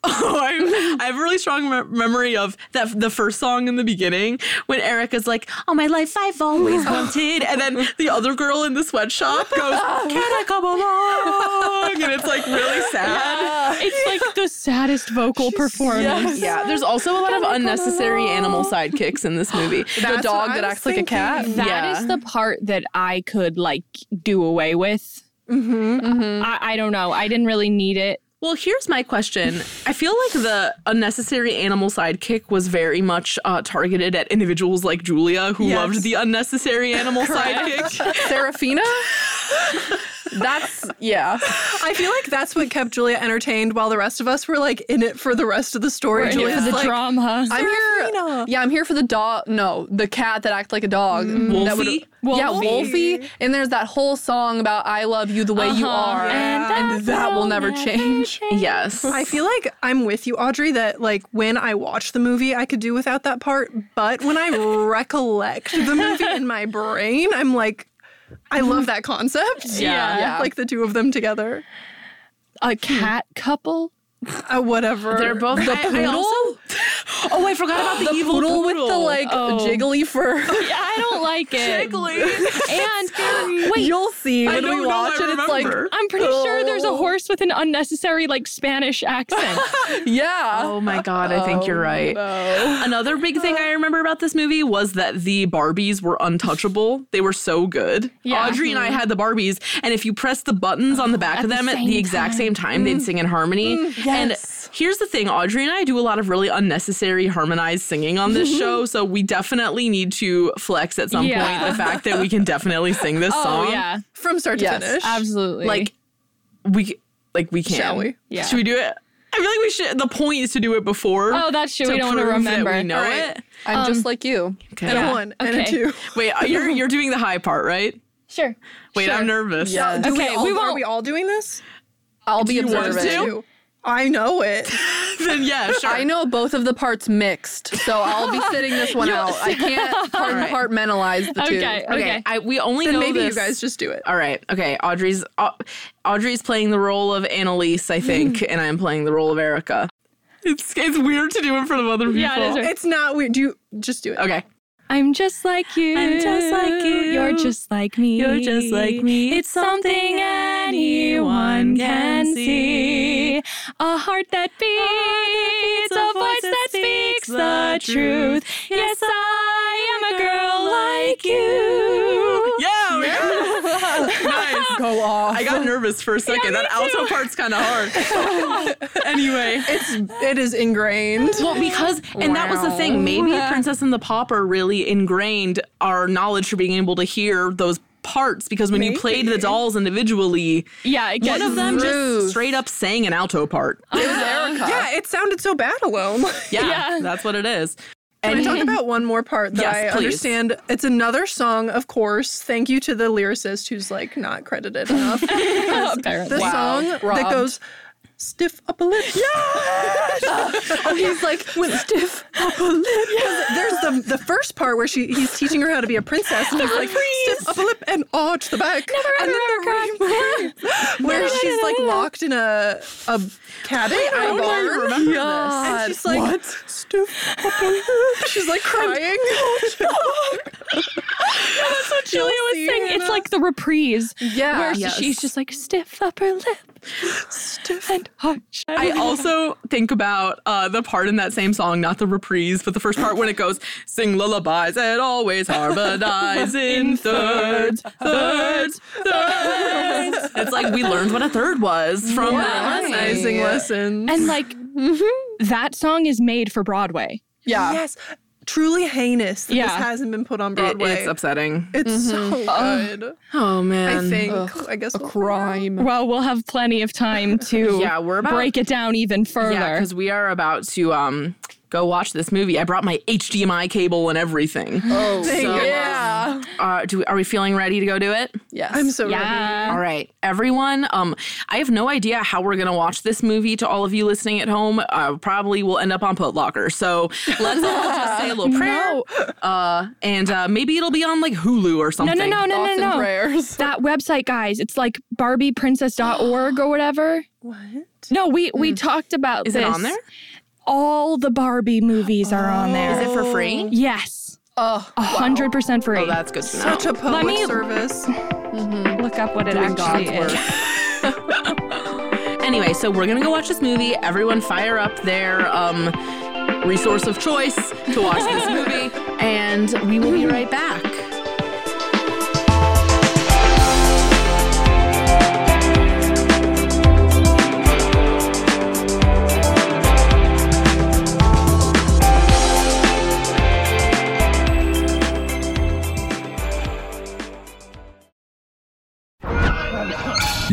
Speaker 1: Oh, I, I have a really strong me- memory of that the first song in the beginning when Erica's like, "All my life I've [LAUGHS] always wanted," and then the other girl in the sweatshop goes, "Can I come along?" and it's like [LAUGHS] really sad.
Speaker 5: Uh,
Speaker 2: It's like the saddest vocal performance.
Speaker 1: Yeah, there's also a lot of unnecessary animal sidekicks in this [LAUGHS] movie.
Speaker 5: The
Speaker 4: That's what
Speaker 5: dog
Speaker 4: I
Speaker 5: that
Speaker 4: was
Speaker 5: acts like a cat.
Speaker 2: That is
Speaker 1: Yeah.
Speaker 2: the part that I could like do away with.
Speaker 5: Mm-hmm.
Speaker 1: Mm-hmm.
Speaker 2: I, I don't know. I didn't really need it.
Speaker 1: Well, here's my question. I feel like the unnecessary animal sidekick was very much uh, targeted at individuals like Julia, who
Speaker 4: Yes.
Speaker 1: loved the unnecessary animal
Speaker 4: [LAUGHS]
Speaker 1: sidekick.
Speaker 5: Serafina? That's, yeah.
Speaker 4: I feel like that's what kept Julia entertained while the rest of us were like in it for the rest of the story.
Speaker 2: Or
Speaker 4: Julia's
Speaker 2: for the
Speaker 4: like,
Speaker 2: drama.
Speaker 5: I'm here.
Speaker 4: Serafina.
Speaker 5: Yeah, I'm here for the dog. No, the cat that acts like a dog. That would-
Speaker 1: Mm. Wolfie?
Speaker 5: Yeah,
Speaker 4: Wolfie.
Speaker 5: Wolfie. And there's that whole song about I love you the way
Speaker 2: Uh-huh.
Speaker 5: you
Speaker 1: Uh-huh.
Speaker 5: are.
Speaker 4: And
Speaker 5: and that will never change.
Speaker 1: yes.
Speaker 4: I feel like I'm with you, Audrey, that like when I watch the movie, I could do without that part. But when I recollect the movie in my brain, I'm like, I love that concept.
Speaker 2: Yeah.
Speaker 5: Yeah.
Speaker 4: Like the two of them together.
Speaker 2: A cat couple?
Speaker 4: Uh, whatever.
Speaker 1: They're both the
Speaker 5: poodle?
Speaker 1: oh, I forgot about the,
Speaker 5: the
Speaker 1: evil
Speaker 5: poodle, with the like
Speaker 2: Oh.
Speaker 5: jiggly fur.
Speaker 1: [LAUGHS]
Speaker 2: Yeah, I don't
Speaker 5: [LAUGHS]
Speaker 2: like it. And wait,
Speaker 5: You'll see when
Speaker 1: don't
Speaker 5: we
Speaker 1: know,
Speaker 5: watch
Speaker 1: I
Speaker 5: it. It's like,
Speaker 1: remember.
Speaker 2: I'm pretty sure there's a horse with an unnecessary like Spanish accent.
Speaker 5: yeah.
Speaker 1: Oh
Speaker 2: [LAUGHS]
Speaker 1: my god, I think
Speaker 2: Oh,
Speaker 1: you're right. Another big thing I remember about this movie was that the Barbies were untouchable. They were so good.
Speaker 2: Yeah. Mm-hmm.
Speaker 1: Audrey and I had the Barbies, and if you press the buttons on the back of
Speaker 2: the
Speaker 1: them at
Speaker 2: same Mm-hmm.
Speaker 1: the exact same time, they'd sing in harmony.
Speaker 5: yes.
Speaker 1: And here's the thing Audrey and I do a lot of really unnecessary harmonized singing on
Speaker 2: Mm-hmm.
Speaker 1: this show, so we definitely need to flex at some
Speaker 2: Yeah.
Speaker 1: point the fact that we can definitely
Speaker 2: [LAUGHS]
Speaker 1: sing this song.
Speaker 2: [LAUGHS] Oh yeah,
Speaker 4: from start
Speaker 5: Yes,
Speaker 4: to finish.
Speaker 2: absolutely.
Speaker 1: Like, we like we can.
Speaker 4: Shall we?
Speaker 2: Yeah.
Speaker 1: Should we do it? I feel like we should. The point is to do it before.
Speaker 2: oh, that's true.
Speaker 1: to
Speaker 2: We don't want to
Speaker 1: prove that
Speaker 2: remember.
Speaker 1: We know
Speaker 4: All right.
Speaker 1: it.
Speaker 5: I'm
Speaker 1: Um,
Speaker 5: just like you.
Speaker 1: Okay.
Speaker 4: And
Speaker 2: Yeah.
Speaker 4: a one and
Speaker 2: Okay.
Speaker 4: a two.
Speaker 1: [LAUGHS] Wait, uh, you're you're doing the high part, right?
Speaker 2: Sure.
Speaker 1: Wait,
Speaker 2: Sure.
Speaker 1: I'm nervous.
Speaker 5: Yeah.
Speaker 4: Uh, Do
Speaker 2: Okay,
Speaker 4: we, all,
Speaker 2: we
Speaker 4: are
Speaker 2: won't-
Speaker 4: we all doing this?
Speaker 5: I'll be
Speaker 1: you want
Speaker 5: observant.
Speaker 1: to?
Speaker 4: You. I know it.
Speaker 1: [LAUGHS] then yeah, sure.
Speaker 5: I know both of the parts mixed, so I'll be sitting this one out. I can't
Speaker 1: [LAUGHS]
Speaker 5: compartmentalize the two.
Speaker 2: Okay.
Speaker 1: Okay, I, we only
Speaker 4: Then
Speaker 1: know
Speaker 4: maybe
Speaker 1: this-
Speaker 4: you guys just do it.
Speaker 1: [LAUGHS] All right. Okay. Audrey's Au- Audrey's playing the role of Annalise, I think, and I'm playing the role of Erica. It's it's weird to do in front of other people.
Speaker 2: Yeah, it is weird.
Speaker 4: It's not weird. Do you just do it?
Speaker 1: Okay.
Speaker 2: I'm just like you.
Speaker 1: I'm just like you.
Speaker 2: You're just like me.
Speaker 1: You're just like me.
Speaker 2: It's something anyone can see. A heart that beats, a voice that speaks the truth. Yes, I am a girl like you.
Speaker 1: Yeah. we got it. nice.
Speaker 5: go off.
Speaker 1: I got nervous for a second. that alto part's kind of hard. anyway.
Speaker 4: It is ingrained.
Speaker 1: Well, because, and that was the thing. Maybe Princess and the Pauper really ingrained our knowledge for being able to hear those parts because when you played the dolls individually,
Speaker 2: Yeah, it gets
Speaker 1: one of them
Speaker 5: Ruth.
Speaker 1: just straight up sang an alto part.
Speaker 5: It was Erica.
Speaker 4: Yeah, it sounded so bad alone. [LAUGHS]
Speaker 1: Yeah,
Speaker 2: Yeah.
Speaker 1: that's what it is.
Speaker 4: Can I talk about one more part that
Speaker 1: Yes,
Speaker 4: I
Speaker 1: please.
Speaker 4: understand? It's another song, of course. Thank you to the lyricist who's like not credited enough. the
Speaker 2: apparently.
Speaker 4: song that
Speaker 5: robbed.
Speaker 4: goes stiff
Speaker 5: [LAUGHS]
Speaker 4: upper lip.
Speaker 5: Oh, he's like with stiff upper lip.
Speaker 4: There's the the first part where she he's teaching her how to be a princess. And he's like stiff upper lip and arch the back. and then the re- [LAUGHS] where she's like locked in a a cabin at a barn. And she's like stiff upper lip. She's like crying. [LAUGHS]
Speaker 2: Julia was
Speaker 4: You'll see,
Speaker 2: saying it's
Speaker 4: Hannah.
Speaker 2: like the reprise.
Speaker 5: [LAUGHS] Yeah.
Speaker 2: Where
Speaker 5: Yes.
Speaker 2: she's just like stiff upper lip. Stiff and arch.
Speaker 1: I also think about uh, the part in that same song, not the reprise, but the first part when it goes, sing lullabies and always harmonize in thirds, thirds, thirds. It's like we learned what a third was from that lesson.
Speaker 4: Harmonizing lessons.
Speaker 2: and like
Speaker 1: Mm-hmm.
Speaker 2: that song is made for Broadway.
Speaker 5: Yeah.
Speaker 4: Yes. Truly heinous that
Speaker 2: Yeah.
Speaker 4: this hasn't been put on
Speaker 1: It-
Speaker 4: Broadway.
Speaker 1: it's upsetting.
Speaker 4: It's so good.
Speaker 1: Oh,
Speaker 4: I
Speaker 1: man.
Speaker 4: think. I guess we'll-
Speaker 5: Crime.
Speaker 2: Well, we'll have plenty of time to
Speaker 1: Yeah, we're about-
Speaker 2: break it down even further.
Speaker 1: Yeah, because we are about to um, go watch this movie. I brought my HDMI cable and everything.
Speaker 5: Oh,
Speaker 1: So, um,
Speaker 5: yeah.
Speaker 1: Uh, do we, are we feeling ready to go do it?
Speaker 5: Yes.
Speaker 4: I'm so ready.
Speaker 2: Yeah.
Speaker 1: All right, everyone. Um, I have no idea how we're gonna watch this movie. To all of you listening at home, uh, probably will end up on Putlocker. So let's all
Speaker 2: [LAUGHS]
Speaker 1: just say a little prayer, uh, and uh, maybe it'll be on like Hulu or
Speaker 2: No,
Speaker 1: something.
Speaker 2: no, no, no, no,
Speaker 5: Thoughts and
Speaker 2: no. [LAUGHS]
Speaker 5: prayers.
Speaker 2: That website, guys, it's like barbieprincess.org
Speaker 1: [GASPS]
Speaker 2: or whatever.
Speaker 4: What?
Speaker 2: No, we we talked about
Speaker 1: Hmm. Is
Speaker 2: this.
Speaker 1: it on there? Oh.
Speaker 2: All the Barbie movies are on
Speaker 1: Is
Speaker 2: there.
Speaker 1: it for free?
Speaker 2: yes.
Speaker 5: Oh,
Speaker 2: A hundred percent free.
Speaker 1: Oh, that's good to know.
Speaker 4: Such a public
Speaker 2: me-
Speaker 4: service.
Speaker 2: Look up what it actually
Speaker 1: God's
Speaker 2: is.
Speaker 1: Anyway, so we're gonna go watch this movie. Everyone, fire up their um, resource of choice to watch this movie, and we will be right back.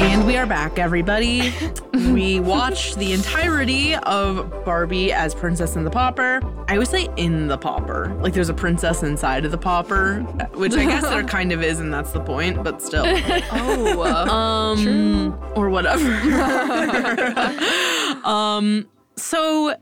Speaker 1: And we are back,
Speaker 2: [LAUGHS]
Speaker 1: everybody. we watched the entirety of Barbie as Princess and the Pauper. I always say in the Pauper, like there's a princess inside of the Pauper, which I guess
Speaker 2: [LAUGHS]
Speaker 1: there kind of is, and that's the point, but still.
Speaker 5: oh,
Speaker 1: [LAUGHS]
Speaker 5: uh,
Speaker 1: Um, Or
Speaker 2: [LAUGHS]
Speaker 1: whatever. um, so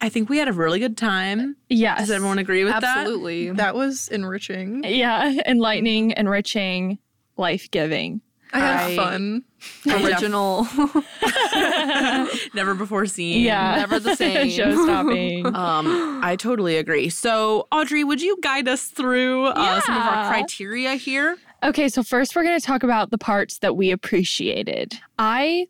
Speaker 1: I think we had a really good time.
Speaker 2: Yes.
Speaker 1: Does everyone agree with
Speaker 5: [LAUGHS] absolutely.
Speaker 4: That was enriching.
Speaker 2: Yeah. [LAUGHS] Enlightening, enriching, life giving.
Speaker 4: I had
Speaker 5: I-
Speaker 4: fun.
Speaker 2: [LAUGHS]
Speaker 5: Original.
Speaker 1: that? Never before seen.
Speaker 2: Yeah. [LAUGHS]
Speaker 5: Never the same.
Speaker 2: Show stopping.
Speaker 1: [LAUGHS] Um, I totally agree. So, Audrey, would you guide us through uh, some of our
Speaker 2: Yeah.
Speaker 1: criteria here?
Speaker 2: Okay, so first we're going to talk about the parts that we appreciated. I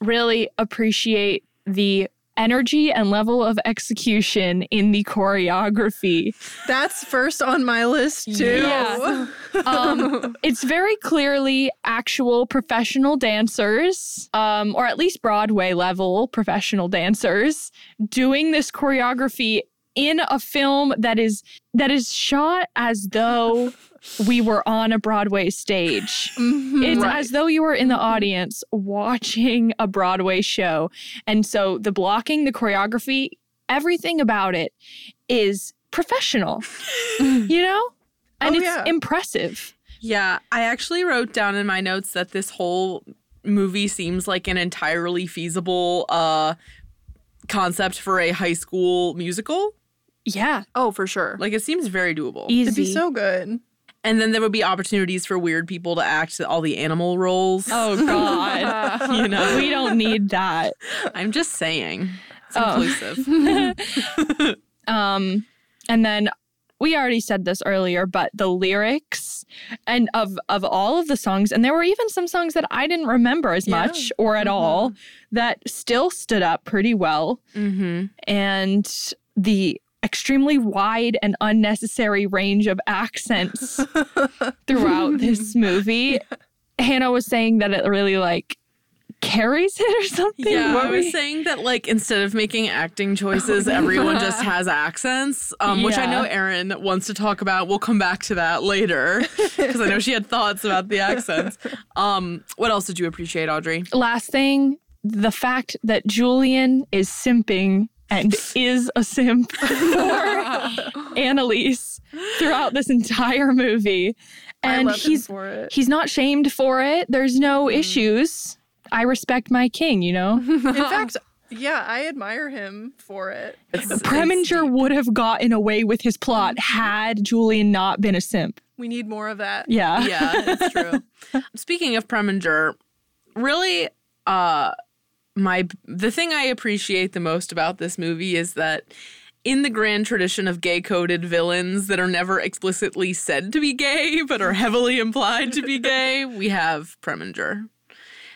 Speaker 2: really appreciate the energy and level of execution in the choreography.
Speaker 4: That's first on my list too.
Speaker 2: Yeah.
Speaker 4: [LAUGHS]
Speaker 2: Um, it's very clearly actual professional dancers, um, or at least Broadway level professional dancers, doing this choreography in a film that is that is shot as though we were on a Broadway stage.
Speaker 4: [LAUGHS] Mm-hmm.
Speaker 2: It's as though you were in the audience watching a Broadway show. And so the blocking, the choreography, everything about it is
Speaker 4: [LAUGHS]
Speaker 2: professional, you know? And
Speaker 4: Oh,
Speaker 2: it's
Speaker 4: yeah.
Speaker 2: impressive.
Speaker 1: Yeah, I actually wrote down in my notes that this whole movie seems like an entirely feasible uh concept for a high school musical.
Speaker 2: Yeah.
Speaker 5: Oh, for sure.
Speaker 1: Like it seems very doable.
Speaker 2: Easy.
Speaker 4: It'd
Speaker 2: [LAUGHS]
Speaker 4: be so good.
Speaker 1: And then there would be opportunities for weird people to act all the animal roles.
Speaker 2: oh, [LAUGHS] God.
Speaker 1: You know,
Speaker 2: we don't need that.
Speaker 1: [LAUGHS] I'm just saying. It's
Speaker 2: Oh.
Speaker 1: [LAUGHS] inclusive.
Speaker 2: Um, and then we already said this earlier, but the lyrics and of of all of the songs, and there were even some songs that I didn't remember as
Speaker 1: Yeah.
Speaker 2: much or
Speaker 4: Mm-hmm.
Speaker 2: at all that still stood up pretty well.
Speaker 1: mm-hmm.
Speaker 2: And the extremely wide and unnecessary range of
Speaker 4: [LAUGHS]
Speaker 2: accents throughout this movie. Hannah was saying that it really like carries it or something.
Speaker 1: Yeah,
Speaker 2: What
Speaker 1: I
Speaker 2: were
Speaker 1: was
Speaker 2: you-
Speaker 1: saying that like instead of making acting choices, everyone just has accents, um, which I
Speaker 2: Yeah.
Speaker 1: know Erin wants to talk about. We'll come back to that later because I know she had thoughts about the accents. Um, what else did you appreciate, Audrey?
Speaker 2: last thing the fact that Julian is simping and
Speaker 4: [LAUGHS]
Speaker 2: is a simp for Annalise throughout this entire movie. And
Speaker 4: I love
Speaker 2: he's
Speaker 4: him for it.
Speaker 2: [LAUGHS]
Speaker 4: Mm.
Speaker 2: he's not shamed for it. There's no issues. I respect my king, you know?
Speaker 4: In fact, yeah, I admire him for it.
Speaker 2: Preminger would have gotten away with his plot had Julian not been a simp.
Speaker 4: We need more of that.
Speaker 2: Yeah.
Speaker 1: yeah, it's true. [LAUGHS] Speaking of Preminger, really, uh, my the thing I appreciate the most about this movie is that in the grand tradition of gay coded villains that are never explicitly said to be gay but are heavily implied to [LAUGHS] be gay, we have Preminger.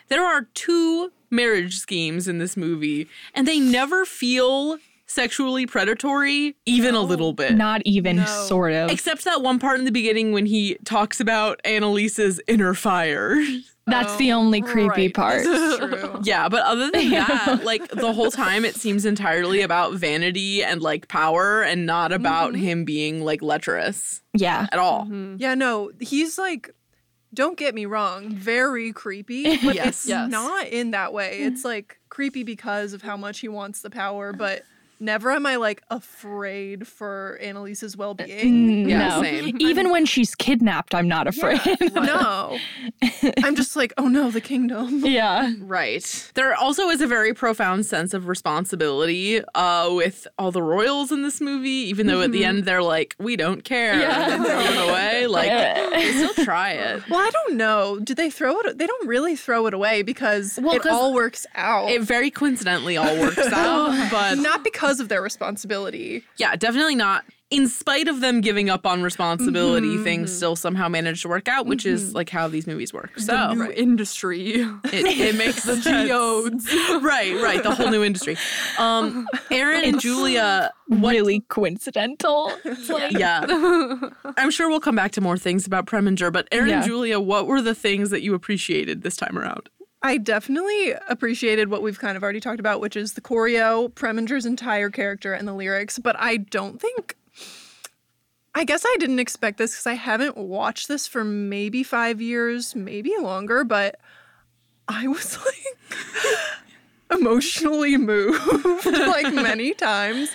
Speaker 1: There are two marriage schemes in this movie, and they never feel sexually predatory, even a little bit.
Speaker 2: Not even
Speaker 4: No.
Speaker 2: sort of.
Speaker 1: Except that one part in the beginning when he talks about Annalise's inner [LAUGHS] fire.
Speaker 2: That's the only creepy
Speaker 4: Right,
Speaker 2: part.
Speaker 4: This is true.
Speaker 1: yeah, but other than that, like the whole time it seems entirely about vanity and like power and not about him being like lecherous
Speaker 2: Yeah.
Speaker 1: at all.
Speaker 4: Mm-hmm. yeah, no, he's like, don't get me wrong,
Speaker 1: [LAUGHS]
Speaker 4: very creepy,
Speaker 1: Yes.
Speaker 4: but
Speaker 1: Mm-hmm.
Speaker 4: it's
Speaker 5: Yes.
Speaker 4: not in that way. It's like creepy because of how much he wants the power, but never am I like afraid for Annalise's well being.
Speaker 1: Mm, Yeah,
Speaker 2: no.
Speaker 1: same.
Speaker 2: Even when she's kidnapped, I'm not afraid.
Speaker 4: [LAUGHS]
Speaker 2: [LAUGHS]
Speaker 4: No. [LAUGHS] I'm just like, oh no,
Speaker 1: [LAUGHS]
Speaker 4: the kingdom.
Speaker 2: Yeah.
Speaker 1: Right. There also is a very profound sense of responsibility uh, with all the royals in this movie, even though at the end they're like, we don't care.
Speaker 2: Yeah.
Speaker 1: And [LAUGHS] throw it away. [LAUGHS] Like, they still try it.
Speaker 4: Well, I don't know. Do they throw it? They don't really throw it away because
Speaker 1: Well,
Speaker 4: it
Speaker 1: 'cause
Speaker 4: all works out.
Speaker 1: It very coincidentally all [LAUGHS] works out, but
Speaker 4: not because of their responsibility.
Speaker 1: Yeah, definitely not. In spite of them giving up on responsibility, things still somehow manage to work out, which is like how these movies work. So
Speaker 5: New industry. [LAUGHS]
Speaker 1: it, it makes the geodes. [LAUGHS] right, right. The whole new industry. Um, Aaron and Julia,
Speaker 2: Really coincidental. It's like,
Speaker 1: yeah. I'm sure we'll come back to more things about Preminger, but Aaron and
Speaker 2: Yeah.
Speaker 1: Julia, what were the things that you appreciated this time around?
Speaker 4: I definitely appreciated what we've kind of already talked about, which is the choreo, Preminger's entire character, and the lyrics. But I don't think. I guess I didn't expect this because I haven't watched this for maybe five years, maybe longer, but I [LAUGHS] was like emotionally moved like many times,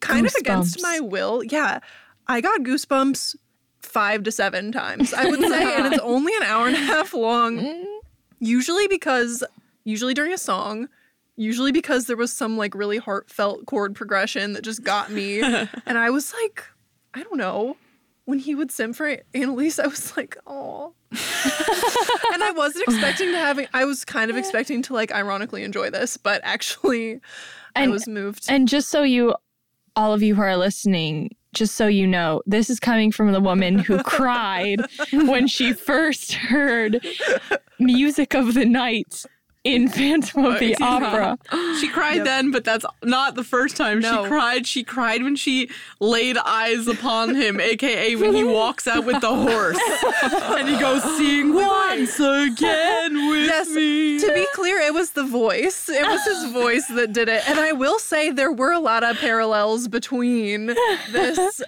Speaker 4: kind of against
Speaker 2: Goosebumps.
Speaker 4: my will. Yeah, I got goosebumps five to seven times, I would say, and it's
Speaker 2: [LAUGHS]
Speaker 4: only an hour and a half
Speaker 2: Mm.
Speaker 4: long. Usually because, usually during a song, usually because there was some like really heartfelt chord progression that just
Speaker 2: [LAUGHS]
Speaker 4: got me. and I was like, I don't know. When he would sim for Annalise, I was like,
Speaker 2: [LAUGHS]
Speaker 4: oh. and I wasn't expecting to have, I was
Speaker 2: [LAUGHS]
Speaker 4: kind of expecting to like ironically enjoy this, but actually, I
Speaker 2: And-
Speaker 4: was moved.
Speaker 2: And just so you, all of you who are listening, just so you know, this is coming from the woman who cried when she first heard music of the night in Phantom of the
Speaker 1: Oh, Yeah.
Speaker 2: Opera.
Speaker 1: She cried then, but that's not the first time
Speaker 4: No.
Speaker 1: she cried. She cried when she laid eyes upon him, [LAUGHS] aka when he walks out with the [LAUGHS] horse. and he goes, Sing once again with
Speaker 4: Yes,
Speaker 1: me.
Speaker 4: to be clear, it was the voice. It
Speaker 2: [LAUGHS]
Speaker 4: was his voice that did it. And I will say there were a lot of parallels between this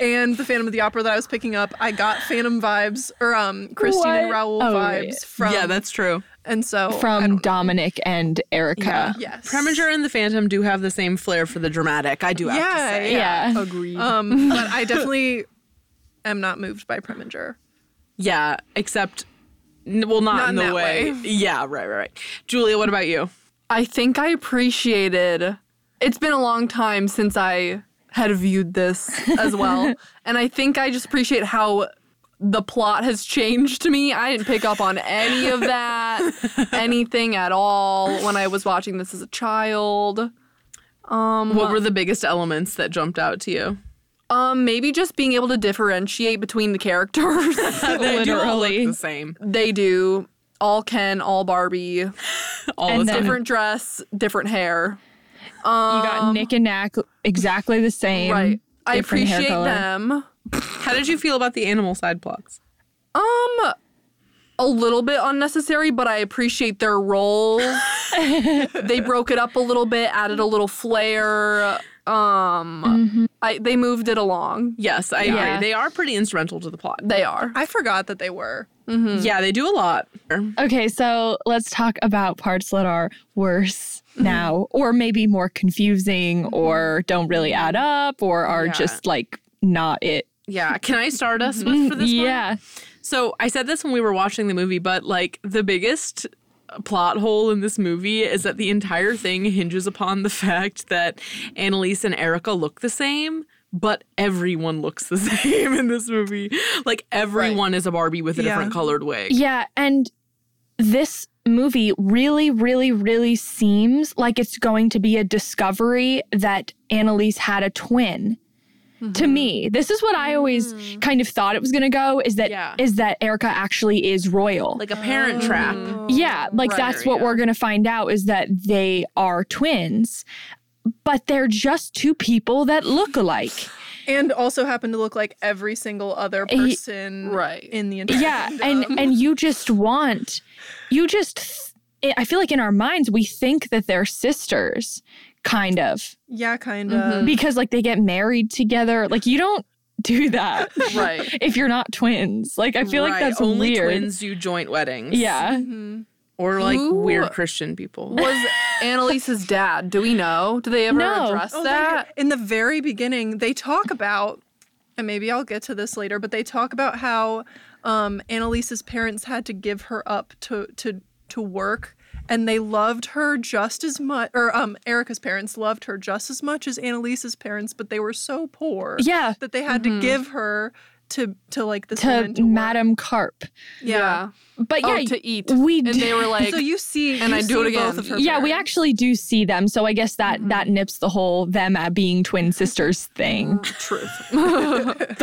Speaker 4: and the Phantom of the Opera that I was picking up, I got Phantom vibes or um Christine and
Speaker 2: What?
Speaker 4: Raoul
Speaker 2: Oh,
Speaker 4: vibes
Speaker 2: right.
Speaker 4: from
Speaker 1: yeah, that's true.
Speaker 4: and so I
Speaker 2: from
Speaker 4: don't-
Speaker 2: Dominic and Erica.
Speaker 4: yes
Speaker 1: Preminger and the Phantom do have the same flair for the dramatic. I do have to
Speaker 4: Yeah,
Speaker 1: say.
Speaker 4: yeah.
Speaker 2: Yeah. [LAUGHS]
Speaker 5: Agreed.
Speaker 4: Um, but I definitely am not moved by Preminger.
Speaker 1: Yeah, except n- well, not,
Speaker 4: Not
Speaker 1: in
Speaker 4: in
Speaker 1: the
Speaker 4: that
Speaker 1: way.
Speaker 4: way.
Speaker 1: Yeah, right, right, right. Julia, what about you?
Speaker 5: I think I appreciated. It's been a long time since I had viewed
Speaker 2: [LAUGHS]
Speaker 5: this as well, and I think I just appreciate how the plot has changed to me. I didn't pick up on any
Speaker 2: [LAUGHS]
Speaker 5: of that, anything at all when I was watching this as a child.
Speaker 1: What were the biggest elements that jumped out to [LAUGHS] you?
Speaker 5: Um, maybe just being able to differentiate between
Speaker 2: [LAUGHS]
Speaker 5: the characters.
Speaker 1: They do all look
Speaker 2: Literally.
Speaker 1: the same.
Speaker 5: they do all Ken, all Barbie,
Speaker 1: All
Speaker 2: And
Speaker 1: the
Speaker 2: then-
Speaker 1: time.
Speaker 5: different dress, different hair.
Speaker 2: You got Nick and Nack exactly the same.
Speaker 5: Right. I
Speaker 2: different hair
Speaker 5: appreciate
Speaker 2: color.
Speaker 5: them.
Speaker 1: How did you feel about the animal side plots?
Speaker 5: Um, a little bit unnecessary, but I appreciate their roles. they broke it up a little bit, added a little flair. Um, I they moved it along.
Speaker 1: Yes, I
Speaker 2: Yeah.
Speaker 1: agree. They are pretty instrumental to the plot.
Speaker 5: They are.
Speaker 4: I forgot that they were.
Speaker 1: Yeah, they do a lot.
Speaker 2: Okay, so let's talk about parts that are worse now, or maybe more confusing, or don't really add up, or are
Speaker 1: Yeah.
Speaker 2: just like not it. Mm,
Speaker 1: Yeah, can I start us with for this one?
Speaker 2: yeah.
Speaker 1: So I said this when we were watching the movie, but like the biggest plot hole in this movie is that the entire thing hinges upon the fact that Annalise and Erica look the same. But everyone looks the [LAUGHS] same in this movie. Like everyone is a Barbie with a
Speaker 4: Yeah.
Speaker 1: different colored wig.
Speaker 2: Yeah, and this movie really, really, really seems like it's going to be a discovery that Annalise had a twin.
Speaker 1: Mm-hmm.
Speaker 2: To me, this is what I always kind of thought it was going to go is that is
Speaker 1: Mm. Yeah.
Speaker 2: that Erica actually is royal.
Speaker 1: Like oh, a parent trap.
Speaker 4: Mm.
Speaker 2: yeah, like
Speaker 5: right,
Speaker 2: that's what we're going to find out is that they are twins, but they're just two people that look alike.
Speaker 4: And also happen to look like every single other
Speaker 2: Ye-
Speaker 4: person
Speaker 5: right.
Speaker 4: in the
Speaker 5: [LAUGHS]
Speaker 4: entire
Speaker 2: yeah and and you just want you just th- i feel like in our minds we think that they're sisters kind of
Speaker 4: [LAUGHS] Yeah, kind of.
Speaker 5: Mm.
Speaker 2: because like they get married together like you don't do that
Speaker 5: [LAUGHS] Right.
Speaker 2: if you're not twins like i feel like
Speaker 1: Right,
Speaker 2: that's
Speaker 1: only
Speaker 2: weird
Speaker 1: twins do joint weddings.
Speaker 2: yeah
Speaker 5: Mm-hmm,
Speaker 1: Or like
Speaker 5: Who-
Speaker 1: weird Christian people.
Speaker 5: Was Annalise's dad? Do we know? Do they ever
Speaker 2: No.
Speaker 5: address
Speaker 4: Oh, they-
Speaker 5: that?
Speaker 4: in the very beginning, they talk about, and maybe I'll get to this later, but they talk about how um, Annalise's parents had to give her up to to to work, and they loved her just as much, or um, Erica's parents loved her just as much as Annalise's parents, but they were so poor,
Speaker 2: Yeah.
Speaker 4: that they had to give her to to like this
Speaker 2: to
Speaker 4: woman to work.
Speaker 2: madam carp
Speaker 4: yeah.
Speaker 2: but
Speaker 5: Oh,
Speaker 2: yeah
Speaker 5: to eat.
Speaker 2: we
Speaker 5: And
Speaker 2: did
Speaker 5: they were like,
Speaker 4: So you see,
Speaker 5: And
Speaker 4: you
Speaker 5: I do it
Speaker 4: see
Speaker 5: again.
Speaker 4: Both of her
Speaker 2: yeah we
Speaker 4: parents.
Speaker 2: actually do see them so i guess that
Speaker 5: Mm-hmm.
Speaker 2: that nips the whole them at being twin sisters thing
Speaker 5: truth.
Speaker 2: [LAUGHS]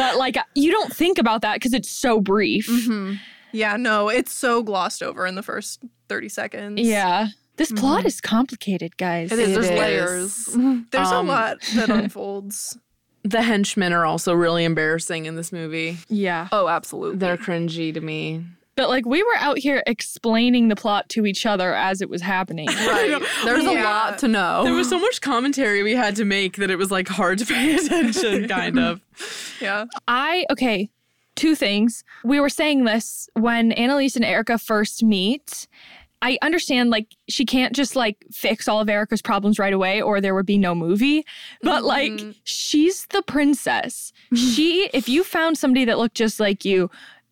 Speaker 2: but like you don't think about that because it's so brief
Speaker 5: Mm-hmm.
Speaker 4: yeah, no, it's so glossed over in the first thirty seconds.
Speaker 2: Yeah. This plot is complicated, guys.
Speaker 5: Mm-hmm. It is. There's
Speaker 1: is.
Speaker 5: layers.
Speaker 4: Mm-hmm. there's
Speaker 1: Um,
Speaker 4: a lot that unfolds.
Speaker 1: the henchmen are also really embarrassing in this movie.
Speaker 2: Yeah.
Speaker 5: Oh, absolutely.
Speaker 1: They're cringy to me.
Speaker 2: But like we were out here explaining the plot to each other as it was
Speaker 5: [LAUGHS]
Speaker 2: happening.
Speaker 5: Right. There's a
Speaker 4: Yeah.
Speaker 5: lot to know.
Speaker 1: There was so much commentary we had to make that it was like hard to pay [LAUGHS] attention, kind of.
Speaker 4: Yeah.
Speaker 2: I okay, two things. We were saying this when Annalise and Erica first meet. I understand like she can't just like fix all of Erica's problems right away or there would be no movie. But like she's the princess. she if you found somebody that looked just like you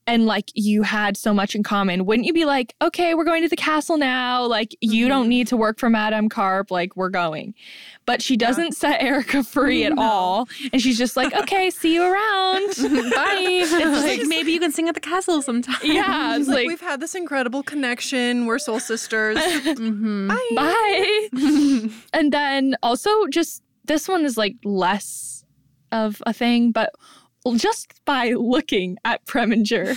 Speaker 2: and like you had so much in common, wouldn't you be like, "Okay, we're going to the castle now. Like you don't need to work for Madame Carp. Like we're going." But she doesn't set Erica free at all, and she's just [LAUGHS] like, "Okay, see you around. Bye." It's [LAUGHS] like,
Speaker 1: maybe you can sing at the castle sometime.
Speaker 2: yeah, it's
Speaker 4: Like,
Speaker 2: like,
Speaker 4: we've had this incredible connection. We're soul sisters.
Speaker 2: bye. [LAUGHS] and then also just this one is like less of a thing, but just by looking at [LAUGHS] Preminger,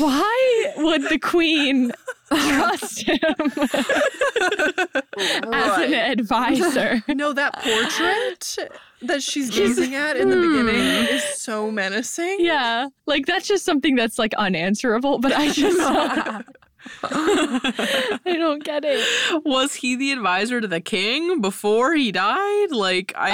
Speaker 2: why would the [LAUGHS] queen trust him [LAUGHS] as an advisor?
Speaker 4: no, that portrait that she's gazing at in the beginning is so menacing.
Speaker 1: [LAUGHS]
Speaker 2: Yeah, like that's just something that's like unanswerable, but I just [LAUGHS] I don't get it.
Speaker 1: Was he the advisor to the king before he died? Like I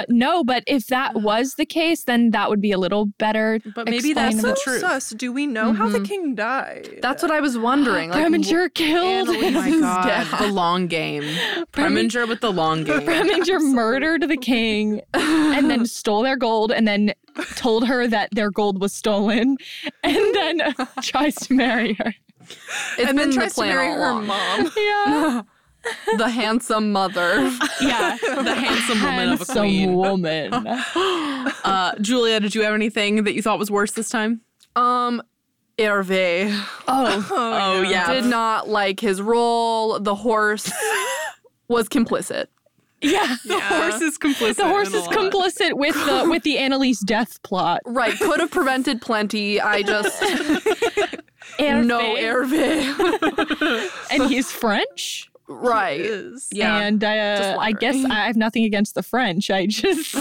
Speaker 2: Uh, no, but if that was the case, then that would be a little better.
Speaker 1: uh, But maybe that's the
Speaker 2: explainable.
Speaker 1: truth.
Speaker 4: Sus, do we know how the king died?
Speaker 5: That's what I was wondering. Like,
Speaker 2: Preminger killed.
Speaker 5: Annalee,
Speaker 1: oh
Speaker 2: [LAUGHS]
Speaker 1: my
Speaker 5: This is
Speaker 1: God,
Speaker 5: death.
Speaker 1: the long game. [LAUGHS] Preminger with the [LAUGHS] long game.
Speaker 2: Preminger murdered the king and then stole their gold and then told her that their gold was stolen
Speaker 1: [LAUGHS]
Speaker 2: and then tries to marry her.
Speaker 5: it's
Speaker 4: and
Speaker 5: been
Speaker 4: then
Speaker 5: the
Speaker 4: tries to
Speaker 5: plan
Speaker 4: marry
Speaker 5: all
Speaker 4: her
Speaker 5: along.
Speaker 4: mom.
Speaker 2: Yeah.
Speaker 5: [LAUGHS] The handsome mother.
Speaker 2: Yeah.
Speaker 1: [LAUGHS] The handsome woman of a
Speaker 2: Handsome
Speaker 1: queen. [LAUGHS]
Speaker 2: woman.
Speaker 1: Uh, Julia, did you have anything that you thought was worse this time?
Speaker 5: Um, Hervé
Speaker 2: Oh,
Speaker 1: Oh, yeah.
Speaker 5: did not like his role. The [LAUGHS] horse was complicit.
Speaker 2: yeah.
Speaker 1: the horse is complicit.
Speaker 2: The horse
Speaker 1: in a
Speaker 2: is
Speaker 1: lot.
Speaker 2: complicit with the with the Annalise death plot.
Speaker 5: Right, could have prevented plenty. I just no Hervé.
Speaker 2: and he's French.
Speaker 5: right.
Speaker 4: Is.
Speaker 1: Yeah.
Speaker 2: and uh,
Speaker 5: Just
Speaker 2: I guess
Speaker 5: wondering.
Speaker 2: I have nothing against the French. I [LAUGHS] just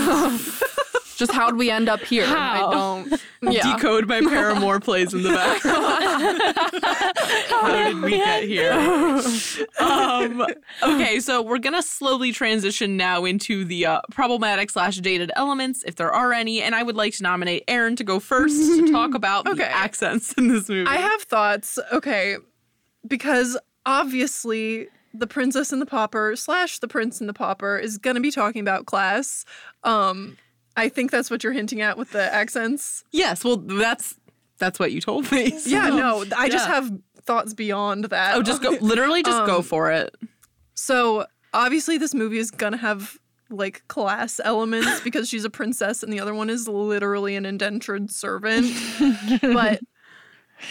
Speaker 5: Just how'd we end up here?
Speaker 2: How?
Speaker 5: I don't. Yeah.
Speaker 1: Decode by Paramore plays in the background. [LAUGHS] How did we get [LAUGHS] here? Um, okay, so we're gonna slowly transition now into the uh, problematic slash dated elements, if there are any. And I would like to nominate Aaron to go first to talk about
Speaker 4: Okay.
Speaker 1: the accents in this movie.
Speaker 4: I have thoughts. Okay, because obviously the princess and the pauper slash the prince and the pauper is going to be talking about class. Um, I think that's what you're hinting at with the accents.
Speaker 1: yes, well, that's that's what you told me. so-
Speaker 4: Yeah, no, th- I just
Speaker 1: Yeah.
Speaker 4: have thoughts beyond
Speaker 1: [LAUGHS]
Speaker 4: that.
Speaker 1: Oh, just go. Literally, just go for it.
Speaker 4: So obviously, this movie is gonna have like class
Speaker 1: [LAUGHS]
Speaker 4: elements because she's a princess and the other one is literally an
Speaker 1: [LAUGHS]
Speaker 4: indentured servant. but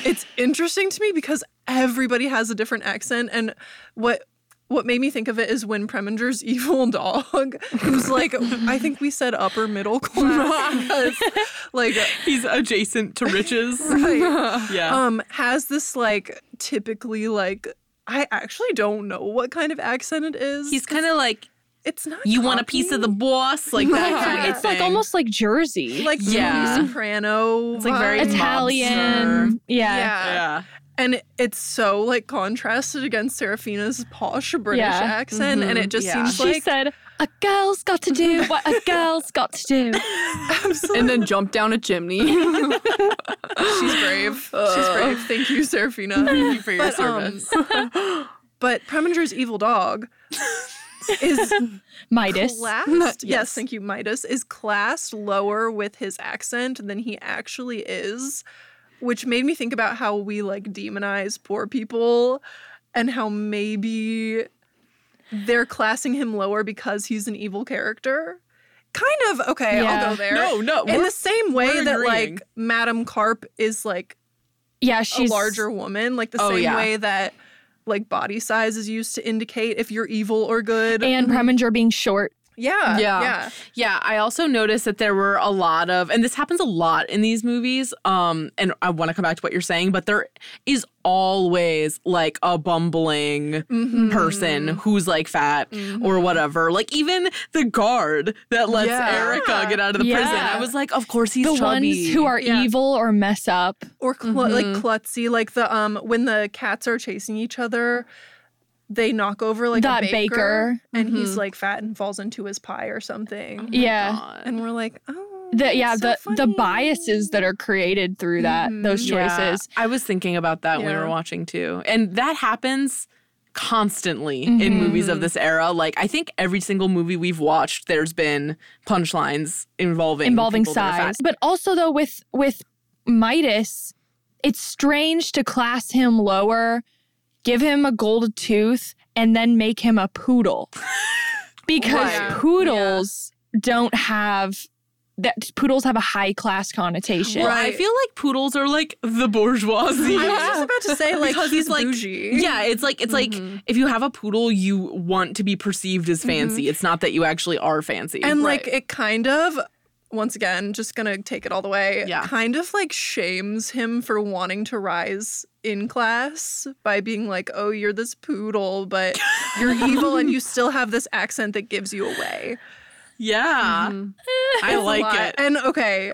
Speaker 4: it's interesting to me because everybody has a different accent, and what what made me think of it is when Preminger's [LAUGHS] evil dog, who's like, I think we said
Speaker 1: [LAUGHS]
Speaker 4: upper middle class, because, like
Speaker 1: He's adjacent to riches. [LAUGHS] yeah.
Speaker 4: um has this like typically like I actually don't know what kind of accent it is.
Speaker 1: He's kind of like
Speaker 4: it's not
Speaker 1: you want a piece of the boss, like that. kind of
Speaker 2: it's like
Speaker 1: thing.
Speaker 2: almost like Jersey,
Speaker 4: like
Speaker 1: [LAUGHS] Yeah.
Speaker 4: yeah soprano
Speaker 1: It's like very
Speaker 4: vibes.
Speaker 2: Italian. Yeah.
Speaker 4: yeah.
Speaker 1: Yeah.
Speaker 4: and it's so like contrasted against Serafina's posh British
Speaker 2: Yeah.
Speaker 4: accent and it just
Speaker 1: Mm-hmm. Yeah.
Speaker 4: seems
Speaker 2: She
Speaker 4: like [LAUGHS]
Speaker 2: said, "A girl's got to do what a girl's got to do."
Speaker 5: And then jump down a chimney.
Speaker 4: she's brave [LAUGHS] she's brave thank you Serafina [LAUGHS]
Speaker 1: Thank you for your
Speaker 4: But, um,
Speaker 1: service.
Speaker 4: [LAUGHS] but Preminger's
Speaker 1: [LAUGHS]
Speaker 4: evil dog is
Speaker 2: Midas. [LAUGHS]
Speaker 4: classed yes. thank you midas is classed lower with his accent than he actually is which made me think about how we like demonize poor people and how maybe they're classing him lower because he's an evil character kind of okay
Speaker 2: Yeah.
Speaker 4: i'll go there
Speaker 1: no, no.
Speaker 4: in
Speaker 1: we're-
Speaker 4: the same way
Speaker 1: we're
Speaker 4: that
Speaker 1: agreeing.
Speaker 4: like madame carp is like
Speaker 2: yeah,
Speaker 4: a
Speaker 2: she's
Speaker 4: larger woman like the
Speaker 1: Oh,
Speaker 4: same
Speaker 1: yeah.
Speaker 4: way that like body size is used to indicate if you're evil or good
Speaker 2: And Preminger being short.
Speaker 4: yeah
Speaker 5: Yeah.
Speaker 4: yeah
Speaker 1: yeah, I also noticed that there were a lot of, and this happens a lot in these movies. Um, and I want to come back to what you're saying, but there is always like a bumbling
Speaker 2: Mm-hmm.
Speaker 1: person who's like fat or whatever. Like even the guard that lets
Speaker 5: Yeah.
Speaker 1: Erica get out of the prison.
Speaker 2: Yeah.
Speaker 1: I was like, of course he's
Speaker 2: The
Speaker 1: chubby.
Speaker 2: ones who are
Speaker 4: Yeah.
Speaker 2: evil or mess up.
Speaker 4: or cl- like
Speaker 2: Mm-hmm.
Speaker 4: klutzy, like the um when the cats are chasing each other, they knock over like
Speaker 2: That
Speaker 4: a baker,
Speaker 2: baker. Mm-hmm.
Speaker 4: and he's like fat and falls into his pie or something,
Speaker 1: Oh
Speaker 2: yeah.
Speaker 4: and we're like, oh,
Speaker 2: The, yeah, the,
Speaker 4: that's so
Speaker 2: the
Speaker 4: funny.
Speaker 2: biases that are created through that, those
Speaker 1: Mm-hmm. Yeah,
Speaker 2: choices.
Speaker 1: I was thinking about that when we were
Speaker 4: Yeah.
Speaker 1: watching too. And that happens constantly
Speaker 4: Mm-hmm.
Speaker 1: in movies of this era. Like I think every single movie we've watched, there's been punchlines involving
Speaker 2: involving
Speaker 1: people that are fat.
Speaker 2: size. But also though with with Midas, it's strange to class him lower, give him a gold tooth, and then make him
Speaker 1: [LAUGHS]
Speaker 2: a poodle. because
Speaker 5: Right.
Speaker 2: poodles don't have that poodles have a high class connotation.
Speaker 1: Well, I
Speaker 4: Right.
Speaker 1: feel like poodles are like the bourgeoisie.
Speaker 4: I was just about to Mm-hmm. say like
Speaker 1: Because
Speaker 4: he's
Speaker 1: it's like-
Speaker 4: bougie.
Speaker 1: Yeah, it's like it's like if you have a poodle, you want to be perceived as fancy. It's not that you actually are fancy.
Speaker 4: Mm-hmm. and like it kind of. Once again, just gonna take it all the way.
Speaker 1: Yeah.
Speaker 4: Kind of like shames him for wanting to rise in class by being like, oh, you're this poodle, but
Speaker 2: [LAUGHS]
Speaker 4: you're evil and you still have this accent that gives you away.
Speaker 1: yeah,
Speaker 2: Mm-hmm.
Speaker 1: I
Speaker 4: mm-hmm. It's a
Speaker 1: like
Speaker 4: lot.
Speaker 1: it.
Speaker 4: And okay,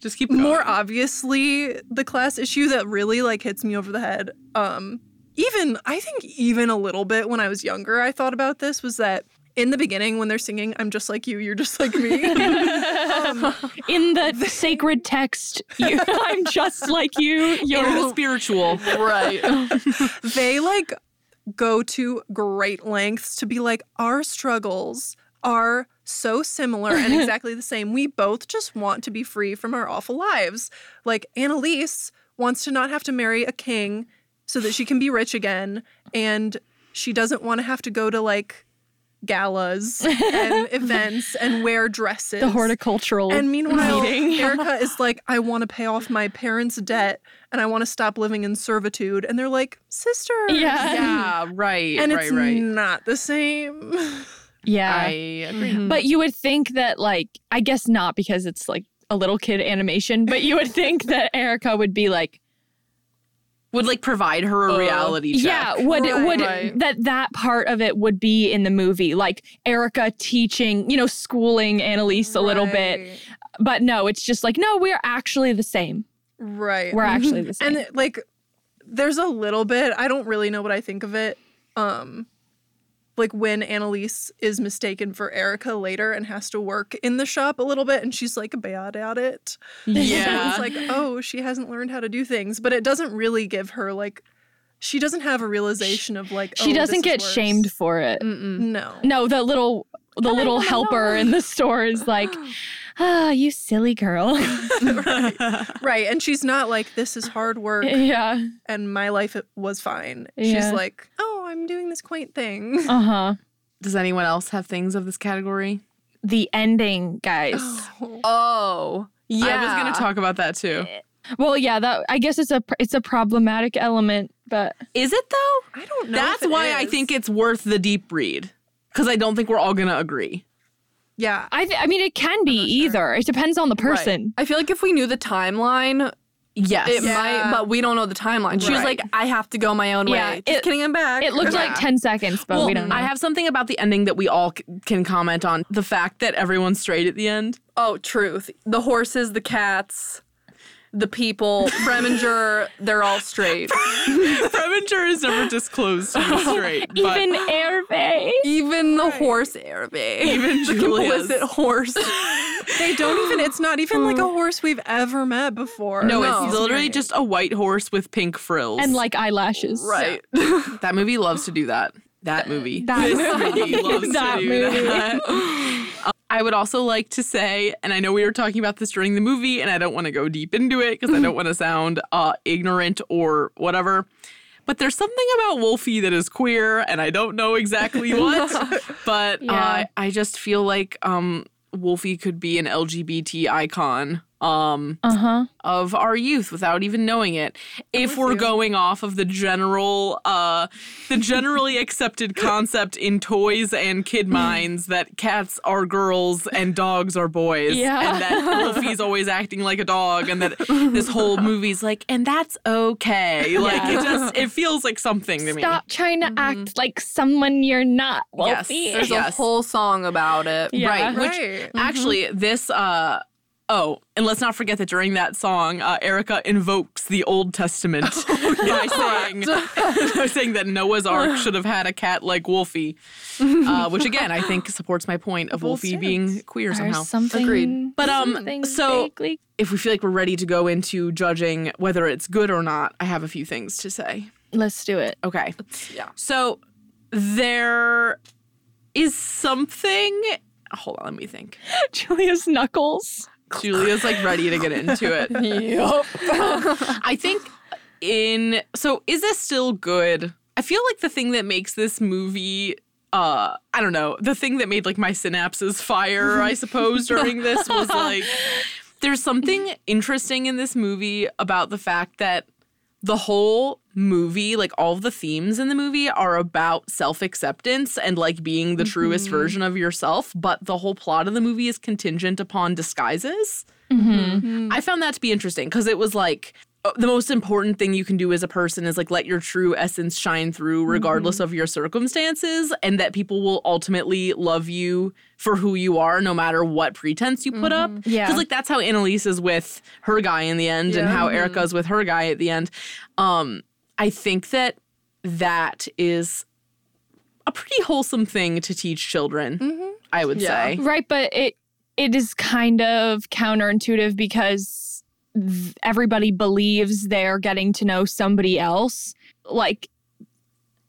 Speaker 1: Just keep going.
Speaker 4: more obviously the class issue that really like hits me over the head um even I think even a little bit when I was younger, I thought about this was that in the beginning when they're singing "I'm just like you, you're just like [LAUGHS] me,"
Speaker 2: In the sacred text, you, [LAUGHS] I'm just like
Speaker 1: [LAUGHS]
Speaker 2: you. You're
Speaker 4: [LAUGHS]
Speaker 1: You're spiritual.
Speaker 5: Right.
Speaker 4: they like go to great lengths to be like our struggles are so similar and exactly the same. We both just want to be free from our awful lives. Like Annalise wants to not have to marry a king so that she can be rich again and she doesn't want to have to go to like galas and events and wear dresses.
Speaker 2: the horticultural.
Speaker 4: And meanwhile,
Speaker 2: [LAUGHS]
Speaker 4: Erica is like, I want to pay off my parents' debt and I want to stop living in servitude. And they're like, sister.
Speaker 1: [LAUGHS]
Speaker 2: yeah.
Speaker 1: yeah, right,
Speaker 4: And
Speaker 1: right,
Speaker 4: it's
Speaker 1: right.
Speaker 4: not the same.
Speaker 2: Yeah.
Speaker 1: I agree.
Speaker 2: But
Speaker 4: Mm.
Speaker 2: you would think that, like, I guess not because it's like a little kid animation, but you would
Speaker 4: [LAUGHS]
Speaker 2: think that Erica would be like,
Speaker 1: Would like provide her a reality check.
Speaker 2: yeah, would would
Speaker 5: Right.
Speaker 2: that that part of it would be in the movie, like Erica teaching, you know, schooling Annalise a little bit. But no, it's just like, no, we're actually the same.
Speaker 4: Right. Mm-hmm.
Speaker 2: We're actually the same.
Speaker 4: And it, like, there's a little bit, I don't really know what I think of it. Um, like when Annalise is mistaken for Erica later and has to work in the shop a little bit, and she's like bad at it. [LAUGHS]
Speaker 1: Yeah.
Speaker 4: So it's like, oh, she hasn't learned how to do things, but it doesn't really give her like she doesn't have a realization of like
Speaker 2: [LAUGHS] she
Speaker 4: oh,
Speaker 2: doesn't
Speaker 4: this is
Speaker 2: get
Speaker 4: worse. Oh
Speaker 2: shamed for it.
Speaker 4: No.
Speaker 2: No, the little the little helper in the store is
Speaker 4: [GASPS]
Speaker 2: like, ah, you silly girl.
Speaker 4: Right. And she's not like this is hard
Speaker 2: [LAUGHS]
Speaker 4: work
Speaker 2: yeah.
Speaker 4: [LAUGHS] and my life it was fine.
Speaker 2: Eh, Yeah.
Speaker 4: She's like, "Oh, I'm doing this quaint thing." [LAUGHS]
Speaker 2: Uh huh.
Speaker 1: Does anyone else have things of this category?
Speaker 2: The ending,
Speaker 4: [GASPS]
Speaker 2: guys. [GASPS]
Speaker 5: Oh. Yeah.
Speaker 1: I was going to talk about that too.
Speaker 2: Well, yeah, that I guess it's a pr- it's a problematic element, but
Speaker 1: Is it though?
Speaker 4: I don't know.
Speaker 1: That's
Speaker 4: if it
Speaker 1: why I
Speaker 4: is.
Speaker 1: think it's worth the deep read because I don't think we're all going to agree.
Speaker 4: Yeah.
Speaker 2: I th- I mean it can be either. It depends on the person.
Speaker 5: I feel like if we knew the timeline,
Speaker 1: Yes.
Speaker 5: it
Speaker 4: Yeah.
Speaker 5: might, but we don't know the timeline. She was
Speaker 1: Right.
Speaker 5: like, I have to go my own
Speaker 2: Yeah,
Speaker 5: way. Just
Speaker 2: it-
Speaker 5: kidding, I'm back.
Speaker 2: It looked like ten seconds, but
Speaker 1: well,
Speaker 2: we don't know.
Speaker 1: I [GASPS] have something about the ending that we all c- can comment on. The fact that everyone's straight at the end.
Speaker 5: Oh, truth. The horses, the cats, the people, Preminger, they're all straight.
Speaker 1: [LAUGHS] Preminger is never disclosed to [LAUGHS] be straight. but
Speaker 2: Even Hervé.
Speaker 5: Even the horse Arabe.
Speaker 1: even Julia's.
Speaker 5: Complicit horse.
Speaker 4: They don't even it's not
Speaker 2: [GASPS]
Speaker 4: even like a horse we've ever met before.
Speaker 1: No,
Speaker 5: No.
Speaker 1: it's literally just a white horse with pink frills.
Speaker 2: And like eyelashes.
Speaker 5: right.
Speaker 1: that movie loves to do that. That movie. [LAUGHS]
Speaker 2: That
Speaker 1: This
Speaker 2: movie.
Speaker 1: movie loves
Speaker 2: [LAUGHS] That
Speaker 1: to do
Speaker 2: movie.
Speaker 1: that. [LAUGHS] I would also like to say, and I know we were talking about this during the movie, and I don't want to go deep into it because I
Speaker 2: [LAUGHS]
Speaker 1: don't want to sound uh, ignorant or whatever. But there's something about Wolfie that is queer, and I don't know
Speaker 2: [LAUGHS]
Speaker 1: exactly what. but uh,
Speaker 2: Yeah.
Speaker 1: I just feel like um, Wolfie could be an LGBT icon. Um,
Speaker 2: Uh huh.
Speaker 1: of our youth without even knowing it
Speaker 2: Oh,
Speaker 1: if we're going off of the general uh the generally [LAUGHS] accepted concept in toys and kid
Speaker 2: [LAUGHS]
Speaker 1: minds that cats are girls and dogs are boys
Speaker 2: Yeah.
Speaker 1: and that Wolfie's always acting like a dog and that this
Speaker 2: [LAUGHS]
Speaker 1: whole movie's like and that's okay like it just it feels like something to
Speaker 2: Stop trying to act like someone you're not,
Speaker 1: Yes.
Speaker 2: Wolfie.
Speaker 5: There's a
Speaker 1: Yes.
Speaker 5: whole song about it.
Speaker 1: me
Speaker 2: Yeah.
Speaker 1: right which
Speaker 4: Right.
Speaker 1: Actually, this. Uh, oh, and let's not forget that during that song, uh, Erica invokes the Old Testament by saying [LAUGHS] by saying that Noah's Ark should have had a cat like Wolfie, uh, which again I think supports my point of Wolfie being queer
Speaker 2: Or
Speaker 1: somehow.
Speaker 2: something.
Speaker 5: Agreed.
Speaker 1: But, um,
Speaker 2: something
Speaker 1: so-
Speaker 2: vaguely-
Speaker 1: if we feel like we're ready to go into judging whether it's good or not, I have a few things to say.
Speaker 2: let's do it.
Speaker 1: Okay.
Speaker 5: yeah.
Speaker 1: So there is something. Hold on, let me think.
Speaker 2: [LAUGHS] Julia's knuckles.
Speaker 1: Julia's like ready to get into it. [LAUGHS] I think in so is this still good? I feel like the thing that makes this movie uh I don't know, the thing that made like my synapses fire, I suppose, during this was like there's something interesting in this movie about the fact that the whole movie, like all of the themes in the movie are about self-acceptance and like being the truest version of yourself, but the whole plot of the movie is contingent upon disguises.
Speaker 2: Mm-hmm.
Speaker 1: I found that to be interesting because it was like uh, the most important thing you can do as a person is like let your true essence shine through regardless of your circumstances and that people will ultimately love you for who you are no matter what pretense you put up
Speaker 2: Mm-hmm. Yeah.
Speaker 1: because like that's how Annalise is with her guy in the end and how Erica's with her guy at the end um I think that that is a pretty wholesome thing to teach children, I would say.
Speaker 2: Right, but it it is kind of counterintuitive because th- everybody believes they're getting to know somebody else. Like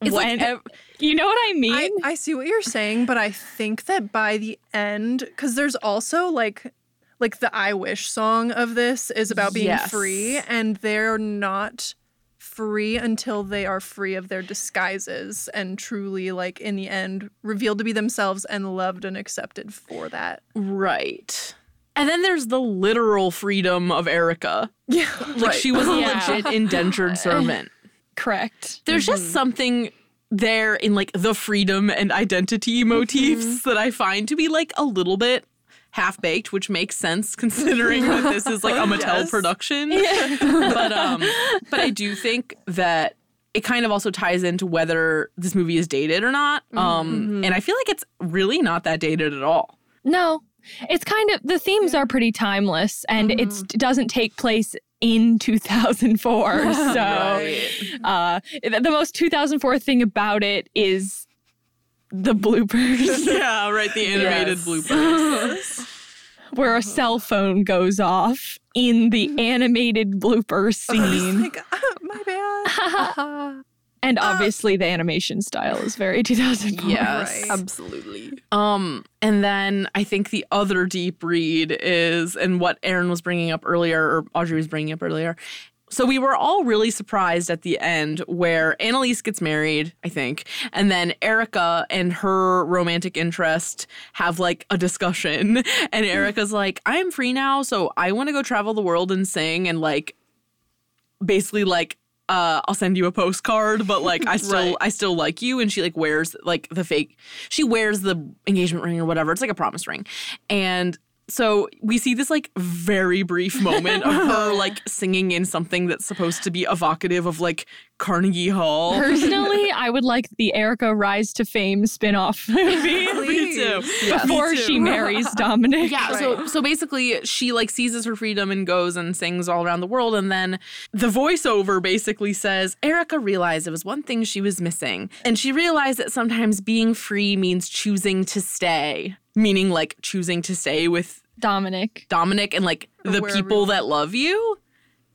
Speaker 1: It's like
Speaker 2: when
Speaker 1: ev-
Speaker 2: you know what I mean?
Speaker 4: I, I see what you're saying, but I think that by the end, because there's also like like the I Wish song of this is about being
Speaker 1: Yes.
Speaker 4: free, and they're not free until they are free of their disguises and truly like in the end revealed to be themselves and loved and accepted for that.
Speaker 1: Right. And then there's the literal freedom of Erica.
Speaker 4: Yeah.
Speaker 1: Like she was a
Speaker 2: Yeah.
Speaker 1: legit indentured servant.
Speaker 2: Correct.
Speaker 1: There's just something there in like the freedom and identity motifs that I find to be like a little bit half baked, which makes sense considering that this is like a Mattel
Speaker 4: Yes.
Speaker 1: production. but um but I do think that it kind of also ties into whether this movie is dated or not. Um and I feel like it's really not that dated at all.
Speaker 2: No. It's kind of the themes are pretty timeless and it's it doesn't take place in 2004. So uh the the most 2004 thing about it is the bloopers
Speaker 1: yeah, [LAUGHS] right, the animated
Speaker 5: Yes.
Speaker 1: bloopers.
Speaker 2: where
Speaker 1: [LAUGHS]
Speaker 2: a cell phone goes off in the
Speaker 1: Mm-hmm.
Speaker 2: animated
Speaker 1: [LAUGHS]
Speaker 2: blooper scene.
Speaker 4: Like, ah, [LAUGHS] my bad.
Speaker 1: Uh,
Speaker 2: And obviously, the animation style
Speaker 1: [LAUGHS]
Speaker 2: is very 2004.
Speaker 1: Yes.
Speaker 4: Right.
Speaker 5: Absolutely.
Speaker 1: Um, and then I think the other deep read is, and what Aaron was bringing up earlier, or Audrey was bringing up earlier. So we were all really surprised at the end where Annalise gets married, I think, and then Erica and her romantic interest have like a discussion. [LAUGHS] And Erica's like, I'm free now, so I want to go travel the world and sing and like basically like uh, I'll send you a postcard, but like
Speaker 2: [LAUGHS]
Speaker 1: I still I still like you. And she like wears like the fake she wears the engagement ring or whatever. It's like a promise ring. And so we see this like very brief moment of
Speaker 2: [LAUGHS]
Speaker 1: her like singing in something that's supposed to be evocative of like Carnegie Hall.
Speaker 2: Personally, I would like the Erica Rise to Fame spin-off [LAUGHS] movie
Speaker 1: [LAUGHS] Me too.
Speaker 2: before
Speaker 1: Me too. [LAUGHS]
Speaker 2: she marries Dominic. [LAUGHS]
Speaker 1: Yeah, so so basically she like seizes her freedom and goes and sings all around the world and then the voiceover basically says Erica realized it was one thing she was missing and she realized that sometimes being free means choosing to stay, meaning like choosing to stay with
Speaker 2: Dominic. [LAUGHS]
Speaker 1: Dominic and like the people that love you.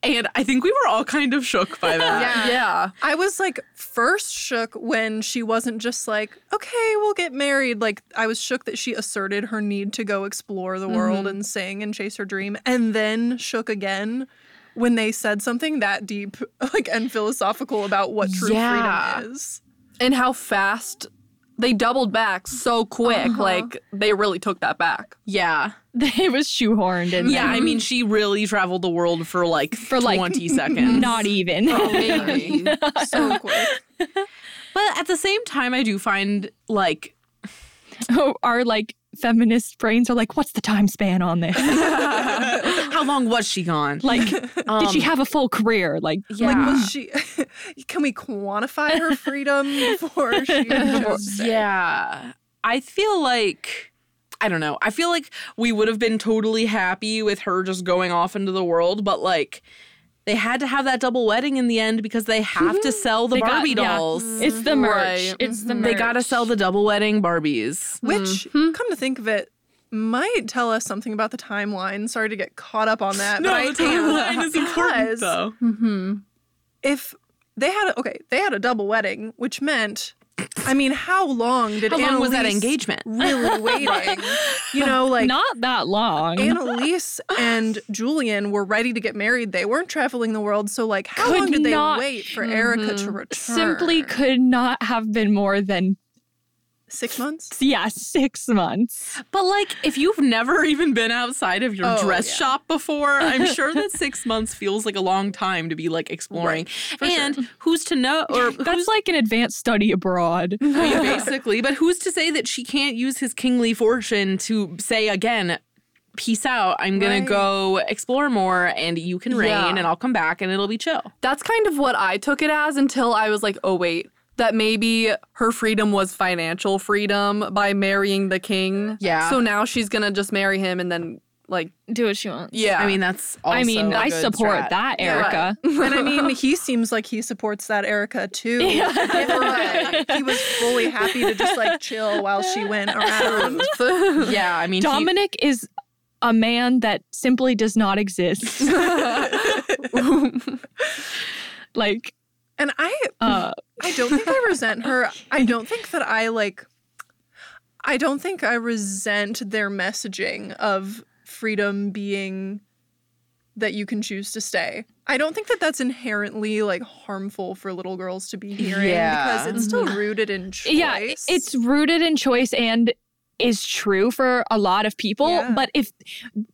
Speaker 1: And I think we were all kind of shook by that.
Speaker 5: Yeah.
Speaker 4: I was like first shook when she wasn't just like, okay, we'll get married. Like I was shook that she asserted her need to go explore the world and sing and chase her dream, and then shook again when they said something that deep, [LAUGHS] like and philosophical about what true
Speaker 1: Yeah.
Speaker 4: freedom is.
Speaker 5: And how fast they doubled back so quick. Like they really took that back.
Speaker 1: yeah.
Speaker 2: It was shoehorned in
Speaker 1: Yeah,
Speaker 2: there.
Speaker 1: I mean, she really traveled the world for like
Speaker 2: For, like,
Speaker 1: 20 [LAUGHS] seconds.
Speaker 2: Not even.
Speaker 1: Oh.
Speaker 2: [LAUGHS]
Speaker 4: [LAUGHS]
Speaker 5: Maybe.
Speaker 4: Oh, So quick.
Speaker 1: but at the same time, I do find like
Speaker 2: Our like feminist brains are like, what's the time span on
Speaker 1: [LAUGHS]
Speaker 2: this?
Speaker 1: how long was she gone?
Speaker 2: Like, did
Speaker 1: Um,
Speaker 2: she have a full career? Like,
Speaker 4: Like was she? [LAUGHS] can we quantify her freedom before [LAUGHS] she? just-
Speaker 1: Oh, Yeah. I feel like I don't know. I feel like we would have been totally happy with her just going off into the world, but like they had to have that double wedding in the end because Mm-hmm. they have to sell the
Speaker 2: They got-
Speaker 1: Barbie
Speaker 2: yeah.
Speaker 1: dolls.
Speaker 2: it's the merch.
Speaker 5: Right.
Speaker 2: It's the merch.
Speaker 1: They got to sell the double wedding Barbies.
Speaker 4: Which,
Speaker 1: Mm-hmm.
Speaker 4: come to think of it, might tell us something about the timeline. Sorry to get caught up on
Speaker 1: [LAUGHS]
Speaker 4: that. but I
Speaker 1: is
Speaker 4: Because If they had, a, okay, they had a double wedding, which meant, I mean, how long did
Speaker 1: How long was that
Speaker 4: Annalise
Speaker 1: engagement? [LAUGHS]
Speaker 4: Really waiting, you know, like.
Speaker 2: Not that long.
Speaker 4: Annalise and Julian were ready to get married. They weren't traveling the world, so like, how
Speaker 2: Could
Speaker 4: long did they
Speaker 2: not-
Speaker 4: wait for
Speaker 1: Mm-hmm.
Speaker 4: Erica to return?
Speaker 2: Simply could not have been more than
Speaker 4: six months.
Speaker 2: yeah six months.
Speaker 1: But like, if you've never [LAUGHS] even been outside of your
Speaker 4: Oh,
Speaker 1: dress
Speaker 4: yeah.
Speaker 1: shop before, I'm sure that six months feels like a long time to be like exploring. and who's to know? Or [LAUGHS]
Speaker 2: That's
Speaker 1: who's
Speaker 2: like an advanced study abroad.
Speaker 1: I mean, basically? But who's to say that she can't use his kingly fortune to say again? Peace out. I'm gonna
Speaker 4: Right.
Speaker 1: go explore more, and you can reign,
Speaker 5: Yeah.
Speaker 1: and I'll come back, and it'll be chill.
Speaker 5: That's kind of what I took it as until I was like, oh, wait, that maybe her freedom was financial freedom by marrying the king.
Speaker 1: Yeah.
Speaker 5: So now she's going to just marry him and then like [LAUGHS]
Speaker 2: do what she wants.
Speaker 5: yeah.
Speaker 1: I mean, that's also
Speaker 2: I mean,
Speaker 1: a
Speaker 2: I
Speaker 1: good
Speaker 2: support
Speaker 1: strat.
Speaker 2: that, Erica.
Speaker 4: and I
Speaker 2: [LAUGHS]
Speaker 4: mean, he seems like he supports that Erica too. Right.
Speaker 2: [LAUGHS]
Speaker 4: he was fully happy to just like chill while she went around.
Speaker 1: Yeah, I mean, he-
Speaker 2: Dominic is a man that simply does not
Speaker 5: [LAUGHS]
Speaker 2: exist. like,
Speaker 4: And I,
Speaker 2: uh,
Speaker 4: I don't think I resent her. I don't think that I like. I don't think I resent their messaging of freedom being that you can choose to stay. I don't think that that's inherently like harmful for little girls to be hearing
Speaker 1: Yeah.
Speaker 4: because it's still rooted in choice.
Speaker 2: Mm-hmm. yeah, i- it's rooted in choice and is true for a lot of people.
Speaker 4: Yeah.
Speaker 2: But if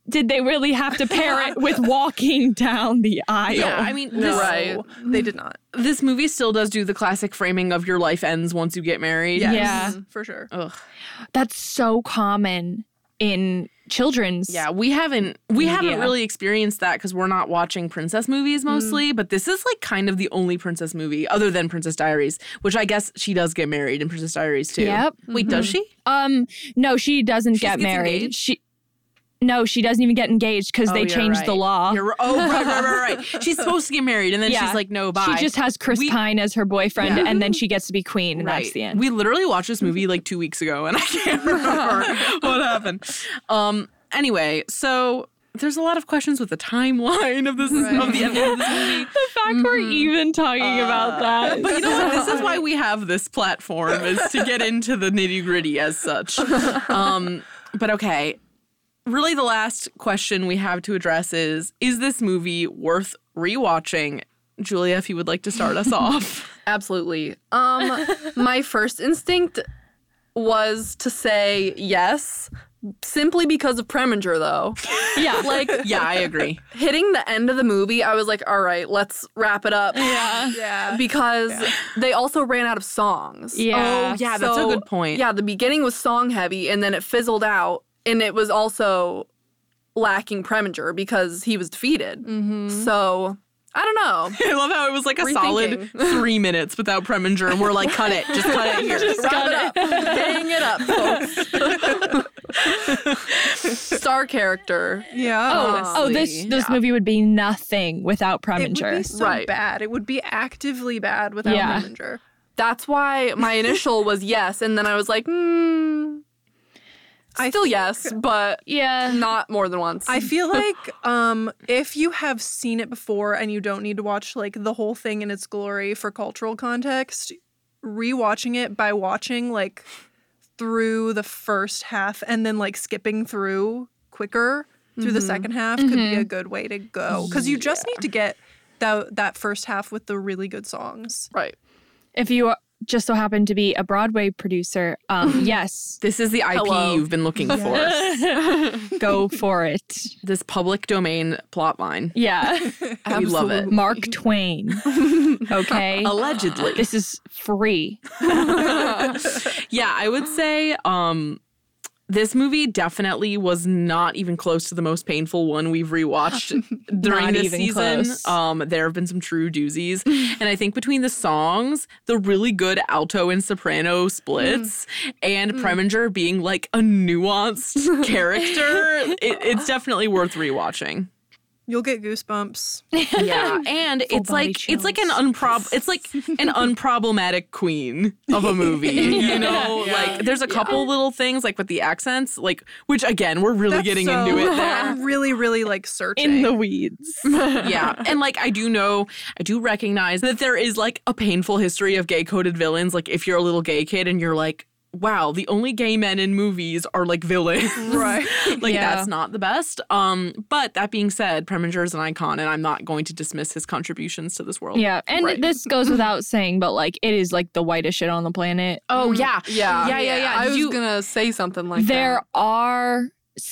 Speaker 2: did they really have to pair it with walking down the
Speaker 1: [LAUGHS]
Speaker 2: aisle?
Speaker 1: yeah, I mean, this,
Speaker 4: no,
Speaker 5: Right.
Speaker 4: They did not.
Speaker 1: this movie still does do the classic framing of your life ends once you get married.
Speaker 4: Yes,
Speaker 2: Yeah.
Speaker 4: for sure.
Speaker 1: Ugh.
Speaker 2: That's so common in children's.
Speaker 1: Yeah, we haven't we haven't
Speaker 2: Media.
Speaker 1: really experienced that because we're not watching princess
Speaker 2: Mm.
Speaker 1: movies mostly. But this is like kind of the only princess movie other than Princess Diaries, which I guess she does get married in Princess Diaries too.
Speaker 2: Yep.
Speaker 1: Wait, does she?
Speaker 2: Um, no, she doesn't
Speaker 1: She
Speaker 2: get
Speaker 1: gets
Speaker 2: married.
Speaker 1: engaged?
Speaker 2: She no, she doesn't even get engaged because
Speaker 1: Oh,
Speaker 2: they
Speaker 1: you're
Speaker 2: changed the
Speaker 1: right.
Speaker 2: law.
Speaker 1: You're, oh, right, right, right,
Speaker 2: [LAUGHS]
Speaker 1: right. She's supposed to get married, and then
Speaker 2: Yeah.
Speaker 1: she's like, no, bye.
Speaker 2: She just has Chris
Speaker 1: We-
Speaker 2: Pine as her boyfriend,
Speaker 1: Yeah.
Speaker 2: and then she gets to be queen, and
Speaker 1: Right.
Speaker 2: that's the end.
Speaker 1: We literally watched this movie like two weeks ago, and I can't remember what happened. Um. Anyway, so there's a lot of questions with the timeline of this of the ending of this movie.
Speaker 2: [LAUGHS] the fact we're even talking about that.
Speaker 1: Mm-hmm. Uh, But you
Speaker 2: [LAUGHS]
Speaker 1: know what? This is [LAUGHS] why we have this platform is to get into the nitty gritty as such. Um, but okay, really, the last question we have to address is: Is this movie worth rewatching? Julia, if you would like to start [LAUGHS] us off,
Speaker 5: Absolutely. Um, my first instinct was to say yes, simply because of Preminger, though.
Speaker 2: yeah,
Speaker 5: Like
Speaker 1: yeah, I agree.
Speaker 5: hitting the end of the movie, I was like, all right, let's wrap it up. Yeah.
Speaker 4: Yeah.
Speaker 5: Because they also ran out of songs.
Speaker 2: yeah.
Speaker 1: Oh, yeah, that's a
Speaker 5: So,
Speaker 1: good point.
Speaker 5: Yeah, the beginning was song heavy and then it fizzled out and it was also lacking Preminger because he was defeated.
Speaker 1: Mm-hmm.
Speaker 5: So I
Speaker 1: [LAUGHS]
Speaker 5: don't
Speaker 1: [LAUGHS]
Speaker 5: know.
Speaker 1: I love how it was like a solid three minutes without Preminger, and we're like, cut it, just cut it here.
Speaker 5: Wrap it [LAUGHS] up. Hang it up, folks.
Speaker 1: [LAUGHS]
Speaker 5: Star character.
Speaker 4: Yeah.
Speaker 2: Oh, oh, this
Speaker 1: Honestly,
Speaker 2: this movie would be nothing without
Speaker 4: It would be
Speaker 2: Preminger.
Speaker 4: so
Speaker 5: Right.
Speaker 4: bad. It would be actively bad without
Speaker 2: Yeah.
Speaker 4: yeah.
Speaker 5: That's why my initial was yes, and then I was like, hmm.
Speaker 4: I
Speaker 5: Still yes, but
Speaker 2: Yeah,
Speaker 5: not more than once.
Speaker 2: [LAUGHS]
Speaker 4: I feel like um, if you have seen it before and you don't need to watch like the whole thing in its glory for cultural context, rewatching it by watching like through the first half and then like skipping through quicker through
Speaker 2: Mm-hmm.
Speaker 4: the second half could be a good way to go because you just need to get that that first half with the really good songs.
Speaker 5: right.
Speaker 2: if you just so happen to be a Broadway producer,
Speaker 1: [LAUGHS]
Speaker 2: um, yes,
Speaker 1: This is the IP
Speaker 5: Hello.
Speaker 1: you've been looking for.
Speaker 2: go for it.
Speaker 1: this public domain plot line. [LAUGHS]
Speaker 2: Yeah,
Speaker 1: We love it.
Speaker 2: Mark Twain. [LAUGHS] Okay,
Speaker 1: Allegedly.
Speaker 2: this is free.
Speaker 1: Yeah, I would say um this movie definitely was not even close to the most painful one we've
Speaker 2: [LAUGHS]
Speaker 1: rewatched during
Speaker 2: Not
Speaker 1: this
Speaker 2: even
Speaker 1: season.
Speaker 2: close.
Speaker 1: Um there have been some true doozies. and I think between the songs, the really good alto and soprano splits,
Speaker 2: Mm.
Speaker 1: and Preminger being like a
Speaker 2: [LAUGHS]
Speaker 1: nuanced character, it, it's definitely worth rewatching.
Speaker 4: You'll get goosebumps.
Speaker 1: Yeah, and it's
Speaker 2: body
Speaker 1: like it's like an unprob it's like an unproblematic queen of a movie. You know, like there's a couple little things like with the accents, like which again we're really
Speaker 4: That's
Speaker 1: getting
Speaker 4: so-
Speaker 1: into
Speaker 4: [LAUGHS]
Speaker 1: it. There.
Speaker 4: I'm really, really like
Speaker 2: [LAUGHS]
Speaker 4: searching.
Speaker 2: weeds.
Speaker 1: yeah, and like I do know, I do recognize that there is like a painful history of gay coded villains. Like if you're a little gay kid and you're like. Wow, the only gay men in movies are like villains.
Speaker 5: [LAUGHS]
Speaker 4: Right.
Speaker 1: [LAUGHS] like
Speaker 2: Yeah.
Speaker 1: that's not the best. Um, but that being said, Preminger is an icon, and I'm not going to dismiss his contributions to this world.
Speaker 2: Yeah, and
Speaker 1: Right.
Speaker 2: this goes without saying, but like it is like the whitest shit on the planet.
Speaker 1: Oh yeah,
Speaker 5: Yeah.
Speaker 1: yeah, yeah, yeah.
Speaker 5: I was
Speaker 1: You-
Speaker 5: gonna say something like
Speaker 2: there are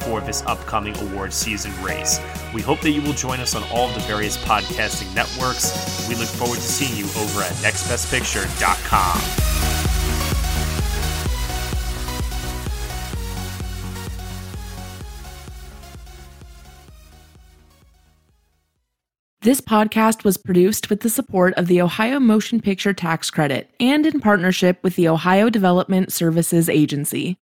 Speaker 6: for this upcoming award season race. We hope that you will join us on all of the various podcasting networks. We look forward to seeing you over at nextbestpicture.com.
Speaker 1: This podcast was produced with the support of the Ohio Motion Picture Tax Credit and in partnership with the Ohio Development Services Agency.